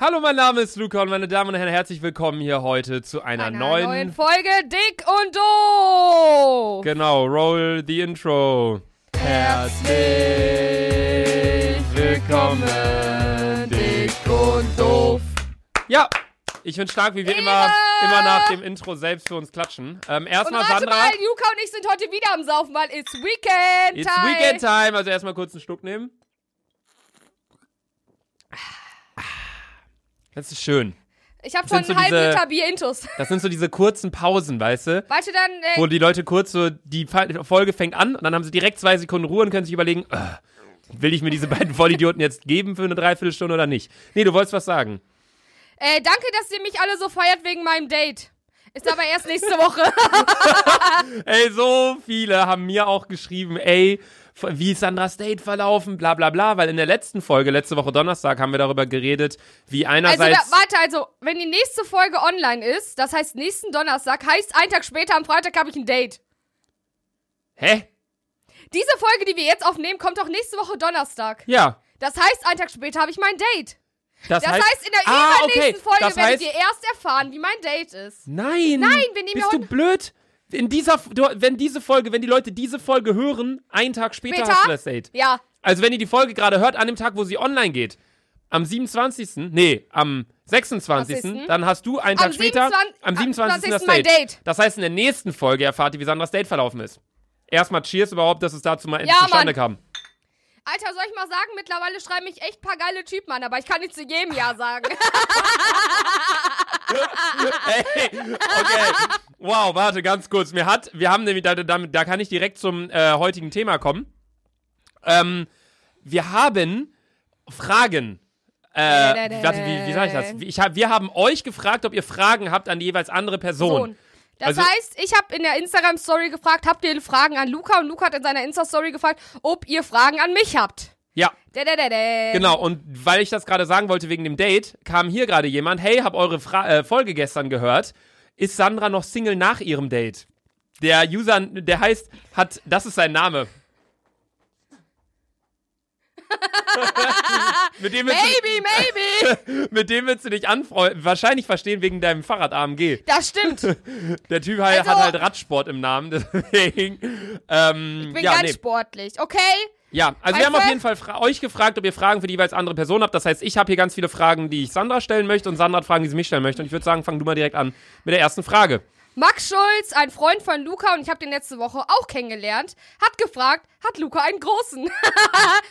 Hallo, mein Name ist Luca und meine Damen und Herren, herzlich willkommen hier heute zu einer, einer neuen, neuen Folge Dick und Doof. Genau, roll the intro. Herzlich willkommen, dick und doof. Ja, ich bin stark, wie wir immer, Yeah! immer nach dem Intro selbst für uns klatschen. Ähm, Und erstmal warte Sandra. mal, Juka und ich sind heute wieder am Saufen, weil it's Weekend It's time. Weekend Time, also erstmal kurz einen Schluck nehmen. Das ist schön. Ich habe schon Sind einen so halben diese- Liter Bier intus. Das sind so diese kurzen Pausen, weißt du? Warte dann, äh, wo die Leute kurz so, die Fa- Folge fängt an und dann haben sie direkt zwei Sekunden Ruhe und können sich überlegen, äh, will ich mir diese beiden Vollidioten jetzt geben für eine Dreiviertelstunde oder nicht? Nee, du wolltest was sagen. äh, danke, dass ihr mich alle so feiert wegen meinem Date. Ist aber erst nächste Woche. Ey, so viele haben mir auch geschrieben, ey, f- wie ist Sandras Date verlaufen, bla bla bla, weil in der letzten Folge, letzte Woche Donnerstag, haben wir darüber geredet, wie Also einerseits... da, warte, also wenn die nächste Folge online ist, das heißt nächsten Donnerstag, heißt ein Tag später am Freitag habe ich ein Date. hä? Diese Folge, die wir jetzt aufnehmen, kommt auch nächste Woche Donnerstag. Ja. Das heißt, einen Tag später habe ich mein Date. Das, Das heißt, in der Ah, okay. übernächsten Folge Das werdet heißt- ihr erst erfahren, wie mein Date ist. Nein! Nein, wir nehmen ja Bist du blöd? In dieser, F- du, wenn diese Folge, wenn die Leute diese Folge hören, einen Tag später Später? hast du das Date. Ja, Also wenn ihr die Folge gerade hört, an dem Tag, wo sie online geht, am 27., nee, am 26., 20.. dann hast du einen Am Tag später, 27. am 27. das 20. mein Date. Date. Das heißt, in der nächsten Folge erfahrt ihr, wie Sandras Date verlaufen ist. Erstmal Cheers überhaupt, dass es dazu mal endlich Ja, zustande Mann. kam. Alter, soll ich mal sagen, mittlerweile schreiben mich echt paar geile Typen an, aber ich kann nicht zu jedem Ja sagen. Ah. Hey, okay. Wow, warte, ganz kurz. Mir hat, wir haben nämlich, da, da, da kann ich direkt zum äh, heutigen Thema kommen. Ähm, wir haben Fragen. Äh, warte, wie, wie sag ich das? Ich hab, wir haben euch gefragt, ob ihr Fragen habt an die jeweils andere Person. Sohn. Das Also- heißt, ich habe in der Instagram-Story gefragt, habt ihr Fragen an Luca? Und Luca hat in seiner Insta-Story gefragt, ob ihr Fragen an mich habt. Ja, Da, da, da, da. genau. Und weil ich das gerade sagen wollte wegen dem Date, kam hier gerade jemand, hey, hab eure Fra äh, Folge gestern gehört. Ist Sandra noch Single nach ihrem Date? Der User, der heißt, hat, das ist sein Name. mit, dem willst Maybe, maybe. du, mit dem willst du dich anfreunden. Wahrscheinlich verstehen wegen deinem Fahrrad-AMG. Das stimmt. Ich Der Typ halt, Also- hat halt Radsport im Namen, deswegen. Ähm, bin ja, ganz nee. sportlich, okay? ja, also wir Weißt haben auf du? jeden Fall fra- euch gefragt, ob ihr Fragen für die jeweils andere Person habt. Das heißt, ich habe hier ganz viele Fragen, die ich Sandra stellen möchte und Sandra hat Fragen, die sie mich stellen möchte. Und ich würde sagen, fang du mal direkt an mit der ersten Frage. Max Schulz, ein Freund von Luca und ich habe den letzte Woche auch kennengelernt, hat gefragt, hat Luca einen großen?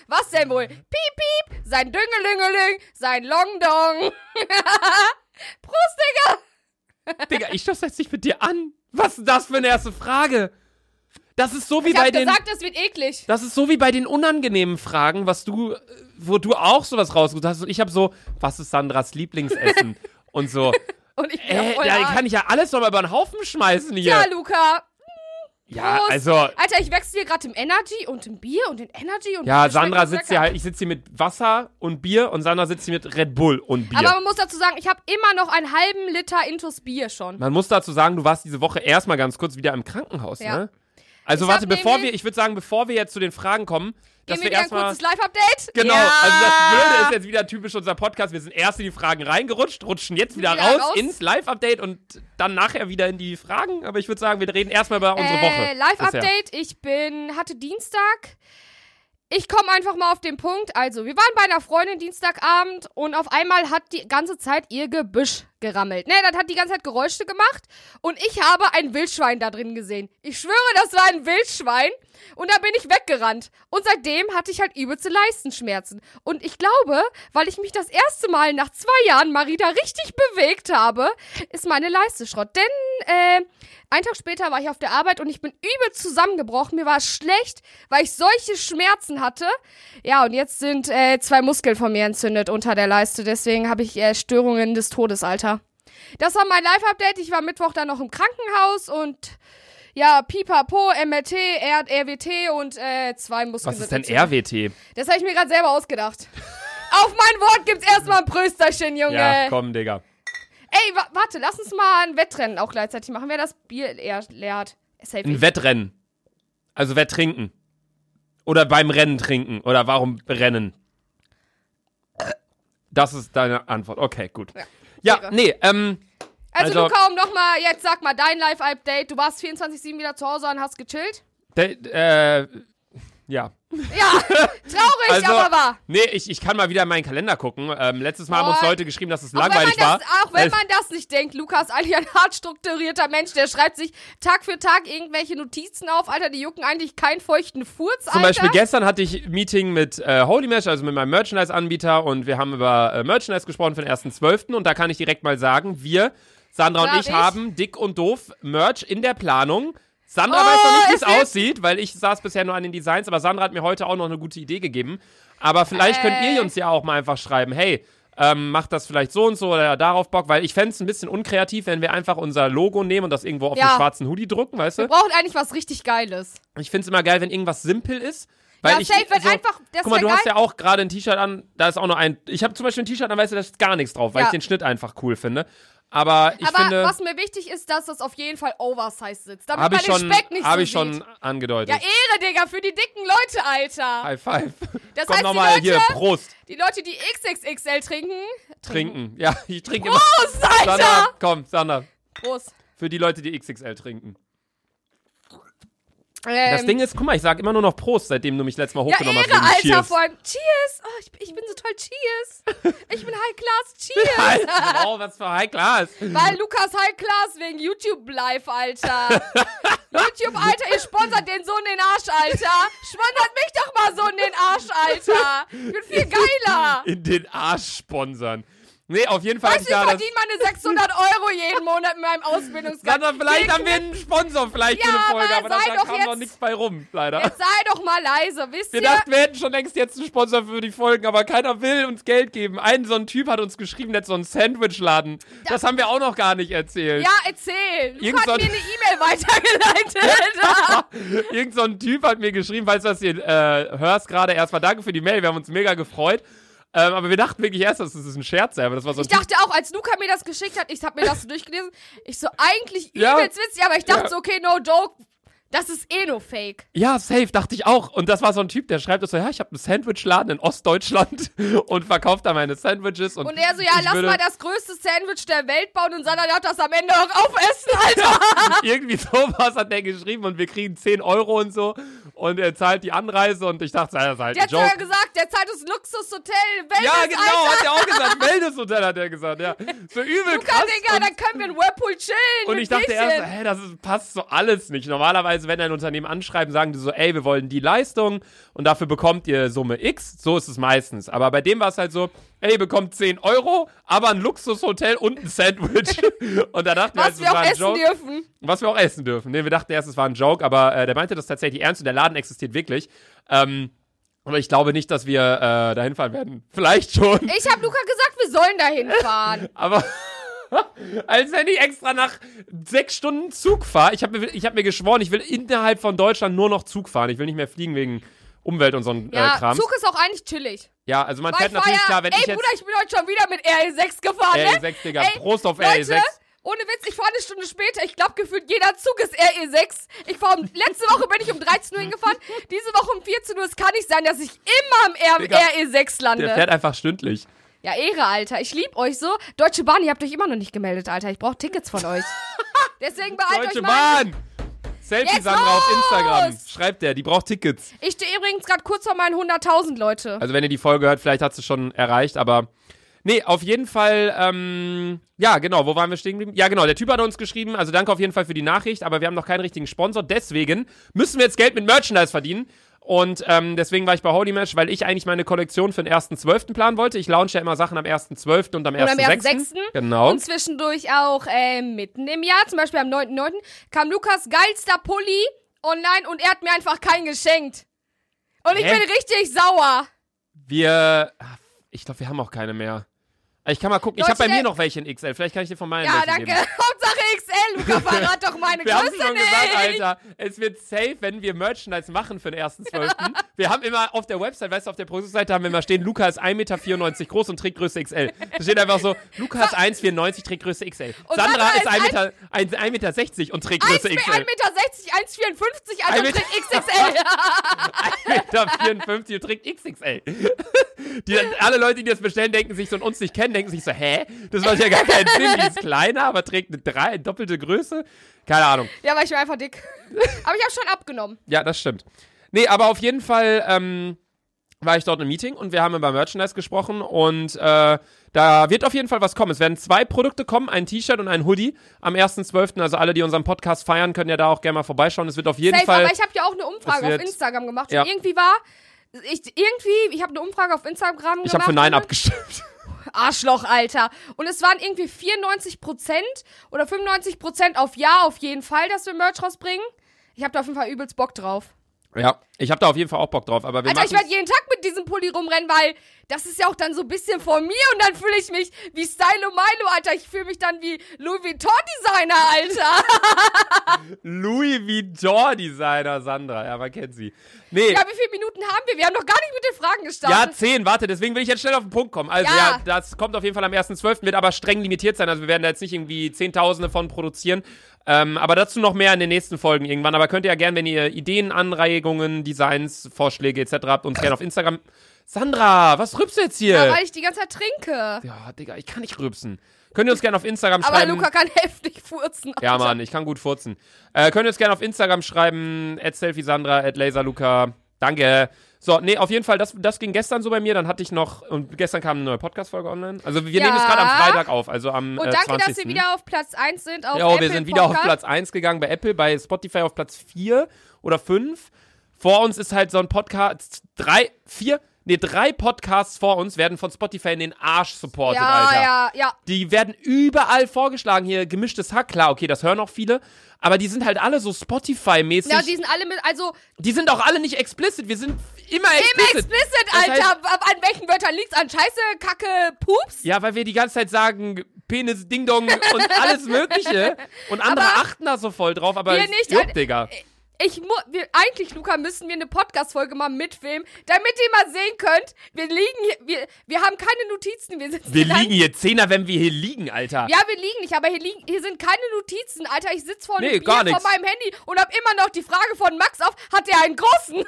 Was denn wohl? Piep, piep, sein Düngelüngeling, sein Longdong. Prost, Digga. Digga, ich stoß jetzt nicht mit dir an. Was ist das für eine erste Frage? Das ist so wie Ich bei hab den. gesagt, es wird eklig. Das ist so wie bei den unangenehmen Fragen, was du, äh, wo du auch sowas rausgesucht hast. Und ich habe so, was ist Sandras Lieblingsessen? und so. Und ich bin Äh, ja voll da arg. kann ich ja alles nochmal über den Haufen schmeißen hier. Ja, Luca. Ja, Prost. also. Alter, ich wechsle hier gerade im Energy und im Bier und in Energy und Ja, das schmeckt Sandra so sitzt hier lecker. halt, ich sitze hier mit Wasser und Bier und Sandra sitzt hier mit Red Bull und Bier. Aber man muss dazu sagen, ich habe immer noch einen halben Liter Intus Bier schon. Man muss dazu sagen, du warst diese Woche erstmal ganz kurz wieder im Krankenhaus, Ja. ne? Also Ich warte, hab bevor nämlich- wir, ich würde sagen, bevor wir jetzt zu den Fragen kommen, dass wir Geben wir wieder ein erstmal. kurzes Live-Update? Genau, ja. also das Blöde ist jetzt wieder typisch unser Podcast. Wir sind erst in die Fragen reingerutscht, rutschen jetzt wieder, Wieder raus, raus. ins Live-Update und dann nachher wieder in die Fragen. Aber ich würde sagen, wir reden erstmal über unsere Woche. bisher. Äh, Live-Update. Ich bin, hatte Dienstag. Ich komme einfach mal auf den Punkt. Also, wir waren bei einer Freundin Dienstagabend und auf einmal hat die ganze Zeit ihr Gebüsch gerammelt. Ne, das hat die ganze Zeit Geräusche gemacht und ich habe ein Wildschwein da drin gesehen. Ich schwöre, das war ein Wildschwein und da bin ich weggerannt. Und seitdem hatte ich halt übelste Leistenschmerzen. Und ich glaube, weil ich mich das erste Mal nach zwei Jahren Marita richtig bewegt habe, ist meine Leiste Schrott. Denn, äh, einen Tag später war ich auf der Arbeit und ich bin übel zusammengebrochen. Mir war schlecht, weil ich solche Schmerzen hatte. Ja, und jetzt sind äh, zwei Muskeln von mir entzündet unter der Leiste. Deswegen habe ich äh, Störungen des Todes, Alter. Das war mein Live-Update. Ich war Mittwoch dann noch im Krankenhaus und ja, pipapo, MRT, R RWT und äh, zwei Muskeln. Was ist denn sind entzündet. RWT? Das habe ich mir gerade selber ausgedacht. Auf mein Wort gibt's erstmal ein Prösterchen, Junge. Ja, komm, Digga. Ey, wa warte, lass uns mal ein Wettrennen auch gleichzeitig machen, wer das Bier leer, leer hat. Safe Ein ich. Wettrennen. Also Wetttrinken. Oder beim Rennen trinken. Oder warum Rennen? Das ist deine Antwort. Okay, gut. Ja, Wäre. nee, ähm, Also, Also- du kaum noch mal, jetzt sag mal dein Live-Update. Du warst 24-7 wieder zu Hause und hast gechillt. de, äh, ja. Ja, traurig, Also, aber wahr. nee, ich, ich kann mal wieder in meinen Kalender gucken. Ähm, letztes Mal haben uns Boah. Leute geschrieben, dass es Auch wenn, man langweilig Äh. war. das, auch wenn Es- man das nicht denkt, Lukas, eigentlich ein hart strukturierter Mensch, der schreibt sich Tag für Tag irgendwelche Notizen auf, Alter, die jucken eigentlich keinen feuchten Furz, Zum Alter. Beispiel gestern hatte ich ein Meeting mit äh, Holy Mesh, also mit meinem Merchandise-Anbieter und wir haben über äh, Merchandise gesprochen für den 1.12. und da kann ich direkt mal sagen, wir, Sandra und Sag ich, ich. haben dick und doof Merch in der Planung. Sandra Oh, weiß noch nicht, wie es es aussieht, weil ich saß bisher nur an den Designs, aber Sandra hat mir heute auch noch eine gute Idee gegeben. Aber vielleicht könnt Ey. ihr uns ja auch mal einfach schreiben, hey, ähm, macht das vielleicht so und so oder darauf Bock, weil ich fänd's ein bisschen unkreativ, wenn wir einfach unser Logo nehmen und das irgendwo auf Ja. einen schwarzen Hoodie drucken, weißt du? Wir brauchen eigentlich was richtig Geiles. Ich find's immer geil, wenn irgendwas simpel ist. Weil ja, ich, safe, wenn also- einfach, das Guck mal, wär du geil. hast ja auch gerade ein T-Shirt an, da ist auch nur ein. Ich habe zum Beispiel ein T-Shirt an, weißt du, da ist gar nichts drauf, weil Ja. ich den Schnitt einfach cool finde. Aber ich aber finde, was mir wichtig ist, dass das auf jeden Fall oversized sitzt, damit habe man ich schon, den Speck nicht hab so ich schon sieht. angedeutet. Ja, Ehre, Digga, für die dicken Leute, Alter. High five. Halt, Komm Das heißt, die nochmal Leute, hier, Prost, die Leute, die XXXL trinken, trinken. Ja, ich trinke Prost, immer. Alter! Sandra, komm, Sandra. Prost. Für die Leute, die XXL trinken. Ähm, Das Ding ist, guck mal, ich sag immer nur noch Prost, seitdem du mich letztes Mal ja, hochgenommen Ehre, Alter, hast. wegen Cheers. vor allem. Cheers! Oh, ich, ich bin so toll, Cheers! Ich bin High Class, Cheers! Alter, wow, was für High Class. Weil Lukas High Class wegen YouTube Live, Alter. YouTube, Alter, ihr sponsert den Sohn in den Arsch, Alter. Sponsert mich doch mal so in den Arsch, Alter. Ich bin viel geiler. In den Arsch sponsern. Nee, auf jeden Fall. hab Weißt du, ich da das- verdiene meine 600 Euro jeden Monat mit meinem Ausbildungsgeld. Sandra, vielleicht haben wir einen Sponsor vielleicht für Ja, eine Folge, aber aber, sei da doch kam jetzt- noch nichts bei rum, leider. Jetzt sei doch mal leise, wisst wir ihr? dachten, wir hätten schon längst jetzt einen Sponsor für die Folgen, aber keiner will uns Geld geben. Ein so ein Typ hat uns geschrieben, der hat so einen Sandwichladen. Das haben wir auch noch gar nicht erzählt. ja, erzähl. Luca Irgend so hat ein- mir eine E-Mail weitergeleitet. Irgend so ein Typ hat mir geschrieben, weißt du, was ihr äh, hörst gerade. Erstmal danke für die Mail, wir haben uns mega gefreut. Ähm, aber wir dachten wirklich erst, das ist ein Scherz, ja, aber das war so ein Ich dachte auch, als Luca mir das geschickt hat, ich hab mir das so durchgelesen, ich so, eigentlich Ja. übelst witzig, aber ich dachte Ja. so, okay, no joke, das ist eh nur fake. Ja, safe, dachte ich auch. Und das war so ein Typ, der schreibt das so, ja, ich habe einen Sandwichladen in Ostdeutschland und verkauft da meine Sandwiches. Und, Und er so, ja, ich lass würde mal das größte Sandwich der Welt bauen und Sandra darf das am Ende auch aufessen, Alter. Irgendwie sowas hat der geschrieben und wir kriegen 10 Euro und so. Und er zahlt die Anreise und ich dachte, das ist halt Der ein hat sogar Joke. gesagt, der zahlt uns Luxushotel, Ja, Wellness, genau, Alter. hat er auch gesagt. Wellnesshotel hat er gesagt, ja. So übel Luca, krass. Digga, da können wir in Whirlpool chillen. und, und mit ich dachte Bierchen. erst, hä, das ist, passt so alles nicht. Normalerweise, wenn ein Unternehmen anschreiben, sagen die so, ey, wir wollen die Leistung und dafür bekommt ihr Summe X. So ist es meistens. Aber bei dem war es halt so, ey, ihr bekommt 10 Euro, aber ein Luxushotel und ein Sandwich. und da dachten wir, halt, was es wir war auch ein essen Joke. dürfen. Was wir auch essen dürfen. Nee, wir dachten erst, es war ein Joke, aber äh, der meinte das tatsächlich ernst und der Laden existiert wirklich. Ähm, aber ich glaube nicht, dass wir äh, dahin fahren werden. Vielleicht schon, Ich hab Luca gesagt, wir sollen dahin fahren. aber als wenn ich extra nach sechs Stunden Zug fahre. Ich habe mir, ich hab mir geschworen, ich will innerhalb von Deutschland nur noch Zug fahren. Ich will nicht mehr fliegen wegen Umwelt und so ein äh, Ja, Kram. Zug ist auch eigentlich chillig. Ja, also man Weil fährt ich war ja, natürlich klar, wenn ey ich jetzt E Bruder, ich bin heute schon wieder mit RE6 gefahren, ne? RE6, Digga, Ey, Prost auf Leute, RE6. ohne Witz, ich fahre eine Stunde später. Ich glaube, gefühlt jeder Zug ist RE6. Ich fahr um, letzte Woche bin ich um 13 Uhr hingefahren, diese Woche um 14 Uhr. Es kann nicht sein, dass ich immer am R Digga, RE6 Der lande. fährt einfach stündlich. Ja, Ehre, Alter. Ich lieb euch so. Deutsche Bahn, ihr habt euch immer noch nicht gemeldet, Alter. Ich brauche Tickets von euch. Deswegen beeilt Deutsche euch mal. Bahn! Selfie Jetzt Sandra auf los! Instagram. Schreibt der, die braucht Tickets. Ich stehe übrigens gerade kurz vor meinen 100.000, Leute. Also wenn ihr die Folge hört, vielleicht hat sie schon erreicht, aber nee, auf jeden Fall, ähm, ja genau, wo waren wir stehen geblieben? Ja genau, der Typ hat uns geschrieben, also danke auf jeden Fall für die Nachricht, aber wir haben noch keinen richtigen Sponsor, deswegen müssen wir jetzt Geld mit Merchandise verdienen. Und ähm, deswegen war ich bei Holy Mesh, weil ich eigentlich meine Kollektion für den 1.12. planen wollte. Ich launche ja immer Sachen am 1.12. und am 1.6. am 1.6.. Genau. Und zwischendurch auch äh, mitten im Jahr, zum Beispiel am 9.9., kam Lukas geilster Pulli online und er hat mir einfach keinen geschenkt. Und ich Hä? bin richtig sauer. Wir, ah, ich glaube, wir haben auch keine mehr. Ich kann mal gucken. Ich Leute, habe bei mir der- noch welche in XL. Vielleicht kann ich dir von meinen Ja, welche danke. geben. Hauptsache XL, Luca, verrat doch meine Wir haben Größe schon gesagt, nicht. Alter, es wird safe, wenn wir Merchandise machen für den 1.12. wir haben immer auf der Website, weißt du, auf der Produktseite haben wir immer stehen, Luca ist 1,94 Meter groß und trägt Größe XL. Da steht einfach so, Luca ist 1,94, trägt Größe XL. Und Sandra Sandra ist ist 1,60 Meter, 1, 1,60 Meter und trägt 1,60 Größe Meter, XL. 1,54, also Ein trägt Meter- XXL. 1,54 Meter und trägt XXL. Die, alle Leute, die das bestellen, denken sich so und uns nicht kennen, denken sich so, hä? Das macht ja gar keinen Sinn. Die ist kleiner, aber trägt eine drei, doppelte Größe. Keine Ahnung. Ja, weil ich war einfach dick. Aber ich habe schon abgenommen. Ja, das stimmt. Nee, aber auf jeden Fall ähm, war ich dort im Meeting und wir haben über Merchandise gesprochen und äh, da wird auf jeden Fall was kommen. Es werden zwei Produkte kommen, ein T-Shirt und ein Hoodie am 1.12. Also alle, die unseren Podcast feiern, können ja da auch gerne mal vorbeischauen. Es wird auf jeden Safe, Fall... aber ich habe ja auch eine Umfrage Es auf wird- Instagram gemacht. Ja. Und irgendwie war. Ich, irgendwie, ich habe eine Umfrage auf Instagram Ich gemacht. habe für Nein abgestimmt. Arschloch, Alter. Und es waren irgendwie 94% oder 95% auf Ja auf jeden Fall, dass wir Merch rausbringen. Ich habe da auf jeden Fall übelst Bock drauf. Ja, ich habe da auf jeden Fall auch Bock drauf. Aber wir Alter, ich machen's- werde jeden Tag mit diesem Pulli rumrennen, weil das ist ja auch dann so ein bisschen von mir und dann fühle ich mich wie Stylo Milo, Alter. Ich fühle mich dann wie Louis Vuitton Designer, Alter. Louis Vuitton Designer Sandra, ja, man kennt sie. Nee, Ja, wie viele Minuten haben wir? Wir haben noch gar nicht mit den Fragen ja, gestartet. 10, warte, deswegen will ich jetzt schnell auf den Punkt kommen. Also ja, Ja. das kommt auf jeden Fall am 1.12., wird aber streng limitiert sein, also wir werden da jetzt nicht irgendwie Zehntausende von produzieren. Ähm, aber dazu noch mehr in den nächsten Folgen irgendwann. Aber könnt ihr ja gerne, wenn ihr Ideen, Anregungen, Designs, Vorschläge etc. habt, uns gerne auf Instagram. Sandra, was rübst du jetzt hier? Ja, Ja, weil ich die ganze Zeit trinke. Digga, ich kann nicht rübsen. Könnt ihr uns gerne auf Instagram Aber schreiben. Luca kann heftig furzen. ja, Mann, ich kann gut furzen. Äh, könnt ihr uns gerne auf Instagram schreiben, at selfiesandra, at laserluca. Danke. So, nee, auf jeden Fall, das, das ging gestern so bei mir. Dann hatte ich noch, und gestern kam eine neue Podcast-Folge online. Also wir Ja. nehmen es gerade am Freitag auf, also am Und äh, danke, 20. dass wir wieder auf Platz 1 sind. Auf ja, Apple wir sind wieder auf Podcast. Platz 1 gegangen bei Apple, bei Spotify auf Platz 4 oder 5. Vor uns ist halt so ein Podcast, drei, vier, nee, drei Podcasts vor uns werden von Spotify in den Arsch supportet, Ja, Alter. ja, ja. Die werden überall vorgeschlagen hier. Gemischtes Hack, klar, okay, das hören auch viele. Aber die sind halt alle so Spotify-mäßig. Ja, die, die sind alle mit, also sind auch alle nicht explicit. Wir sind immer immer explicit. explicit, Das heißt- Alter. Ab- an welchen Wörtern liegt's? An Scheiße, Kacke, Pups? Ja, weil wir die ganze Zeit sagen, Penis, Ding Dong und alles Mögliche. Und andere Aber achten da so voll drauf, aber wir es nicht, Äh, juckt, Alter. Digga. Ich mu wir, eigentlich, Luca, müssen wir eine Podcast-Folge mal mitfilmen, damit ihr mal sehen könnt, wir liegen hier, wir, wir haben keine Notizen, wir sitzen Wir hier lang- liegen hier Zehner, wenn wir hier liegen, Alter. Ja, wir liegen nicht, aber hier, liegen, hier sind keine Notizen, Alter. Ich sitze vor einem Nee, Bier gar vor nix. meinem Handy und hab immer noch die Frage von Max auf, hat der einen großen?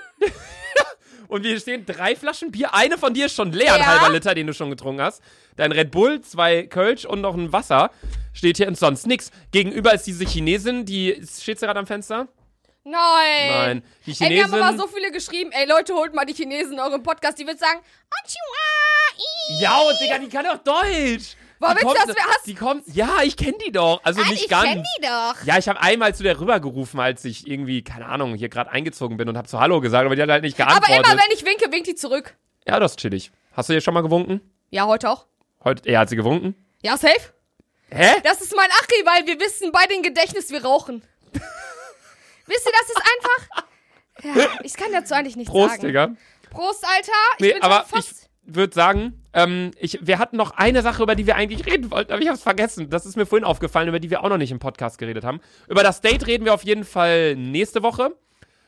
Und wir stehen drei Flaschen Bier. Eine von dir ist schon leer, ein Ja. halber Liter, den du schon getrunken hast. Dein Red Bull, zwei Kölsch und noch ein Wasser. Steht hier und sonst nix. Gegenüber ist diese Chinesin, die steht sie gerade am Fenster? Nein. Nein. Die Ey, wir Chinesin. haben aber so viele geschrieben, ey Leute, holt mal die Chinesen in euren Podcast, die wird sagen, Konnichiwa, ii. ja, und Digga, die kann doch Deutsch. Boah, die willst du kommt, das- wer hast- Die kommt. Ja, ich kenne die doch. Also Nein, nicht ich ganz. kenn halt die doch. Ja, ich habe einmal zu der rübergerufen, als ich irgendwie, keine Ahnung, hier gerade eingezogen bin und habe so Hallo gesagt, aber die hat halt nicht Aber geantwortet. immer wenn ich winke, winkt die zurück. ja, das ist chillig. Hast du hier schon mal gewunken? Ja, heute auch. Heute, ja, hat sie gewunken? Ja, safe. Hä? Das ist mein Achi, weil wir wissen bei den Gedächtnis, wir rauchen. Wisst ihr, das ist einfach. Ja, ich kann dazu eigentlich nichts Prost, sagen. Digga. Prost, Alter. Ich Nee, bin aber schon ich fast. würde sagen, ähm, ich, wir hatten noch eine Sache, über die wir eigentlich reden wollten, aber ich habe es vergessen. Das ist mir vorhin aufgefallen, über die wir auch noch nicht im Podcast geredet haben. Über das Date reden wir auf jeden Fall nächste Woche.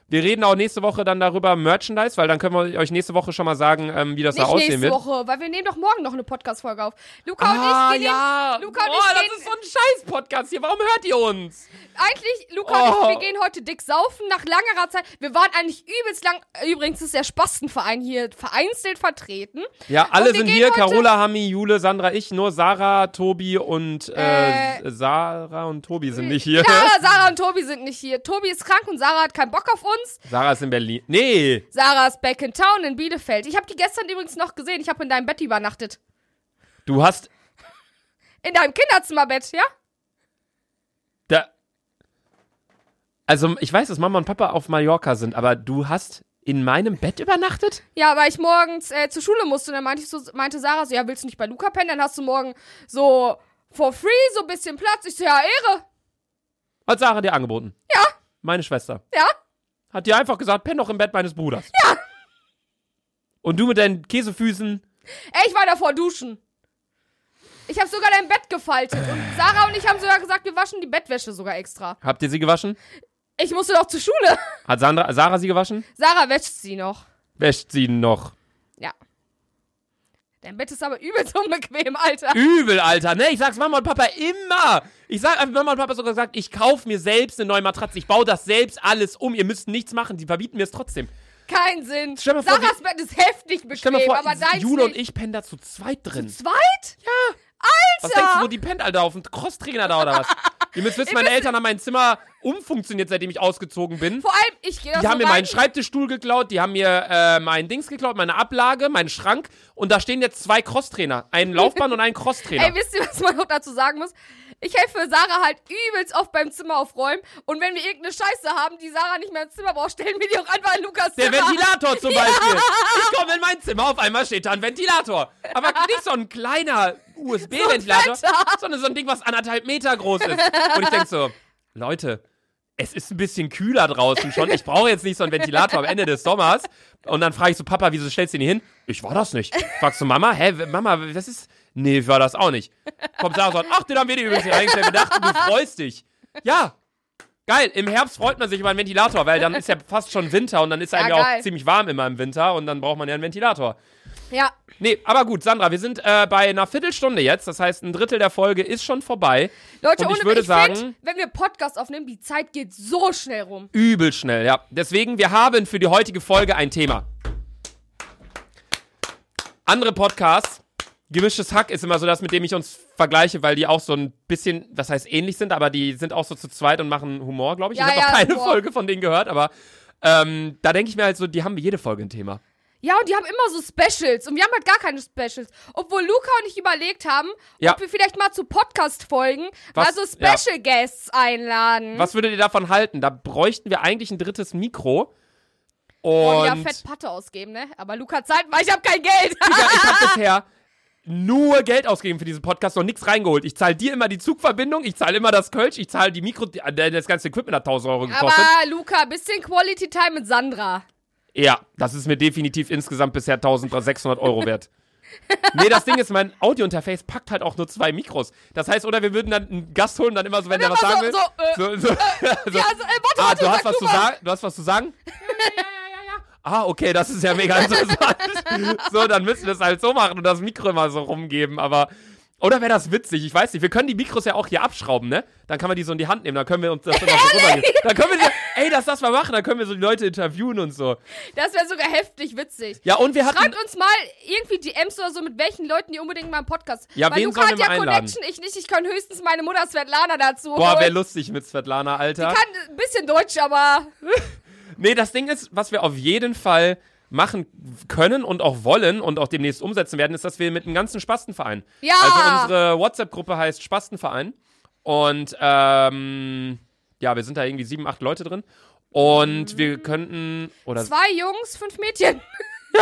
Wir reden auch nächste Woche dann darüber Merchandise, weil dann können wir euch nächste Woche schon mal sagen, ähm, wie das da nicht aussehen nächste wird. Woche, weil wir nehmen doch morgen noch eine Podcast-Folge auf. Luca Ah, und ich, wir ja. nehmen, Luca und oh, ich das gehen, ist so ein Scheiß-Podcast hier. Warum hört ihr uns? eigentlich, Luca Oh. und ich, wir gehen heute dick saufen nach langerer Zeit. Wir waren eigentlich übelst lang, übrigens ist der Spastenverein hier vereinzelt vertreten. Ja, alle Und wir sind gehen hier. heute- Carola, Hami, Jule, Sandra, ich. Nur Sarah, Tobi und äh, Äh, Sarah und Tobi sind nicht hier. Ja, Sarah und Tobi sind nicht hier. Tobi ist krank und Sarah hat keinen Bock auf uns. Sarah ist in Berlin. Nee. Sarah ist back in town in Bielefeld. Ich habe die gestern übrigens noch gesehen. Ich habe in deinem Bett übernachtet. Du hast In deinem Kinderzimmerbett, ja? Da. Also, ich weiß, dass Mama und Papa auf Mallorca sind, aber du hast in meinem Bett übernachtet? Ja, weil ich morgens äh, zur Schule musste und dann meinte, ich so, meinte Sarah so, ja, willst du nicht bei Luca pennen? Dann hast du morgen so for free so ein bisschen Platz. Ich so, ja, Ehre. Hat Sarah dir angeboten? Ja. Meine Schwester. Ja. Hat dir einfach gesagt, penn doch im Bett meines Bruders. Ja. Und du mit deinen Käsefüßen. Ey, ich war davor duschen. Ich habe sogar dein Bett gefaltet. Und Sarah und ich haben sogar gesagt, wir waschen die Bettwäsche sogar extra. Habt ihr sie gewaschen? Ich musste doch zur Schule. Hat Sandra, Sarah sie gewaschen? Sarah wäscht sie noch. Wäscht sie noch. Ja. Dein Bett ist aber übelst unbequem, Alter. Übel, Alter. Ne, ich sag's Mama und Papa immer. Ich sag einfach, Mama und Papa sogar gesagt, ich kauf mir selbst eine neue Matratze. Ich baue das selbst alles um. Ihr müsst nichts machen. Die verbieten mir es trotzdem. Kein Sinn. Stell mal vor, Sarahs Bett ist heftig Stell bequem, dir mal aber vor, deins Jule und nicht. ich pennen da zu zweit drin. Zweit? was denkst du, wo die pennt, Alter? Auf dem Crosstrainer da oder was? Ihr müsst wissen, meine Eltern haben mein Zimmer umfunktioniert, seitdem ich ausgezogen bin. Vor allem, ich gehe da Die so haben mir rein. meinen Schreibtischstuhl geklaut, die haben mir äh, mein Dings geklaut, meine Ablage, meinen Schrank. Und da stehen jetzt zwei Crosstrainer. Einen Laufband und einen Crosstrainer. Ey, wisst ihr, was man noch dazu sagen muss? Ich helfe Sarah halt übelst oft beim Zimmer aufräumen. Und wenn wir irgendeine Scheiße haben, die Sarah nicht mehr im Zimmer braucht, stellen wir die auch einfach in Lukas Der Zimmer. Ventilator zum Beispiel. Ich komme in mein Zimmer, auf einmal steht da ein Ventilator. Aber nicht so ein kleiner USB-Ventilator, So ein fetter. sondern so ein Ding, was anderthalb Meter groß ist. Und ich denke so, Leute, es ist ein bisschen kühler draußen schon. Ich brauche jetzt nicht so einen Ventilator am Ende des Sommers. Und dann frage ich so, Papa, wieso stellst du den hier hin? Ich war das nicht. Fragst du Mama, hä, w- Mama, was ist? Nee, ich war das auch nicht. Kommt Sarah so, an, ach, den haben wir dir übrigens hier reingestellt. Wir dachten, du freust dich. Ja, Geil, im Herbst freut man sich über einen Ventilator, weil dann ist ja fast schon Winter und dann ist einem ja, Ja, auch geil. ziemlich warm immer im Winter und dann braucht man ja einen Ventilator. Ja, Nee, aber gut, Sandra, wir sind äh, bei einer Viertelstunde jetzt, das heißt, ein Drittel der Folge ist schon vorbei. Leute, Und ich ohne würde ich sagen- find, wenn wir Podcast aufnehmen, die Zeit geht so schnell rum. Übel schnell, ja. Deswegen, wir haben für die heutige Folge ein Thema. Andere Podcasts, gemischtes Hack ist immer so das, mit dem ich uns vergleiche, weil die auch so ein bisschen, was heißt ähnlich sind, aber die sind auch so zu zweit und machen Humor, glaube ich. Ja, ich habe ja, noch keine Humor. Folge von denen gehört, aber ähm, da denke ich mir halt so, die haben jede Folge ein Thema. Ja, und die haben immer so Specials. Und wir haben halt gar keine Specials. Obwohl Luca und ich überlegt haben, Ja. ob wir vielleicht mal zu Podcast-Folgen mal Was- so Special Guests einladen. Was würdet ihr davon halten? Da bräuchten wir eigentlich ein drittes Mikro. Und Und Oh, ja, fett Patte ausgeben, ne? Aber Luca hat Zeit, weil ich habe kein Geld. Digga, ich habe bisher nur Geld ausgegeben für diesen Podcast, noch nichts reingeholt. Ich zahle dir immer die Zugverbindung, ich zahle immer das Kölsch, ich zahle die Mikro... die- äh, Das ganze Equipment hat 1000 Euro gekostet. Aber Luca, bisschen Quality Time mit Sandra. ja, das ist mir definitiv insgesamt bisher 1600 Euro wert. Nee, das Ding ist, mein Audio-Interface packt halt auch nur zwei Mikros. Das heißt, oder wir würden dann einen Gast holen, dann immer so, wenn der was Immer sagen will. so, so, So, so, so, Ja, also, äh, warte, ah, warte, du hast sag was du zu mal. sagen? Du hast was zu sagen? Ah, okay, das ist ja mega interessant. so, dann müssen wir es halt so machen und das Mikro immer so rumgeben, aber. Oder wäre das witzig? Ich weiß nicht. Wir können die Mikros ja auch hier abschrauben, ne? Dann kann man die so in die Hand nehmen, dann können wir uns das immer so rübergeben. Dann können wir, die, ey, lass das mal machen, dann können wir so die Leute interviewen und so. Das wäre sogar heftig witzig. Ja, und wir hatten. Schreibt uns mal irgendwie DMs oder so, mit welchen Leuten ihr unbedingt mal einen Podcast. Ja, Weil wen Luca sollen hat wir ja mal einladen? Connection, ich nicht. Ich kann höchstens meine Mutter Svetlana dazu Boah, wäre holen. lustig mit Svetlana, Alter. kann ein bisschen Deutsch, aber Nee, das Ding ist, was wir auf jeden Fall machen können und auch wollen und auch demnächst umsetzen werden, ist, dass wir mit dem ganzen Spastenverein. Ja! Also unsere WhatsApp-Gruppe heißt Spastenverein. Und ähm, ja, wir sind da irgendwie sieben, acht Leute drin. Und wir könnten. Oder zwei Jungs, fünf Mädchen.